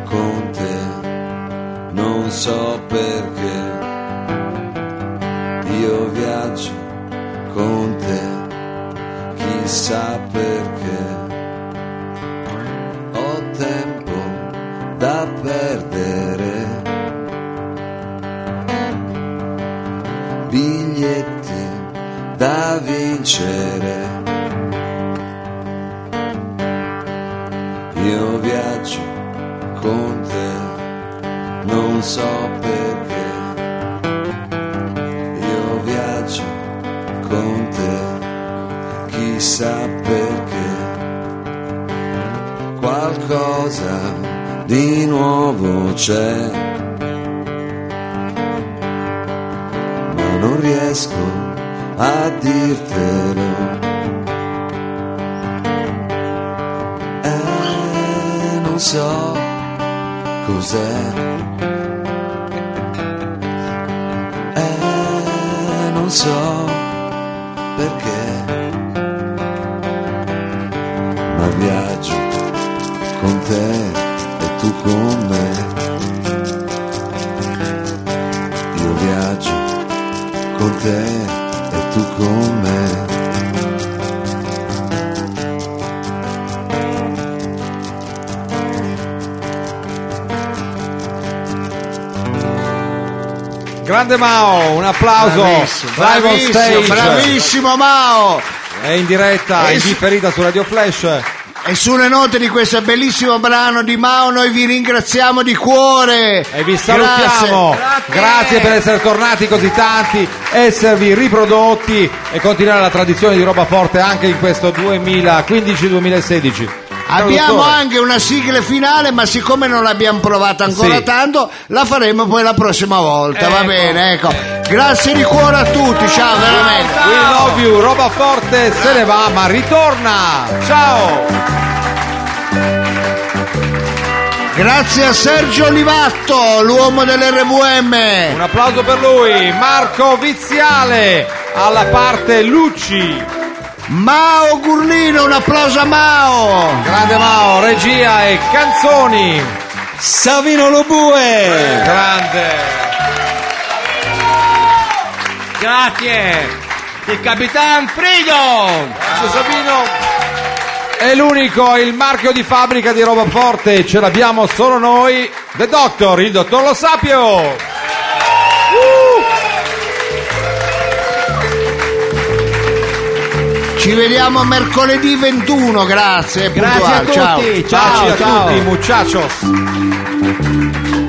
con te, non so perché. Io viaggio con te, chissà perché. Ho tempo da perdere. Biglietti da vincere. Io viaggio con te, non so perché. Io viaggio con te, chissà perché. Qualcosa di nuovo c'è, ma non riesco a dirtelo. Eh, non so cos'è. Eh, non so perché. Ma viaggio con te e tu con me. Io viaggio con te e tu con me. Grande Mao, un applauso. Bravissimo, Live on bravissimo, stage. bravissimo Mao! È in diretta, è Es- differita su Radio Flash. E sulle note di questo bellissimo brano di Mao noi vi ringraziamo di cuore E vi salutiamo, grazie. per essere tornati così tanti, esservi riprodotti e continuare la tradizione di roba forte anche in questo 2015-2016. Abbiamo Produttore. anche una sigla finale, ma siccome non l'abbiamo provata ancora Sì. tanto, la faremo poi la prossima volta, va Ecco. bene, ecco. Grazie di cuore a tutti, ciao veramente. We love you, roba forte se ne va ma ritorna! Ciao! Grazie a Sergio Olivatto, l'uomo dell'RVM. Un applauso per lui, Marco Viziale, alla parte Lucci, Mao Gurlino, un applauso a Mao. grande Mao, regia e canzoni, Savino Lobue! grande! Grazie! Il Capitan Frigo! Grazie, Sabino. È l'unico, il marchio di fabbrica di roba forte, ce l'abbiamo solo noi, The Doctor, il dottor Lo Sapio. Ci vediamo mercoledì 21, grazie. Grazie a puntuali, ciao. tutti! Baci Ciao, a ciao! tutti, muchachos. Ciao!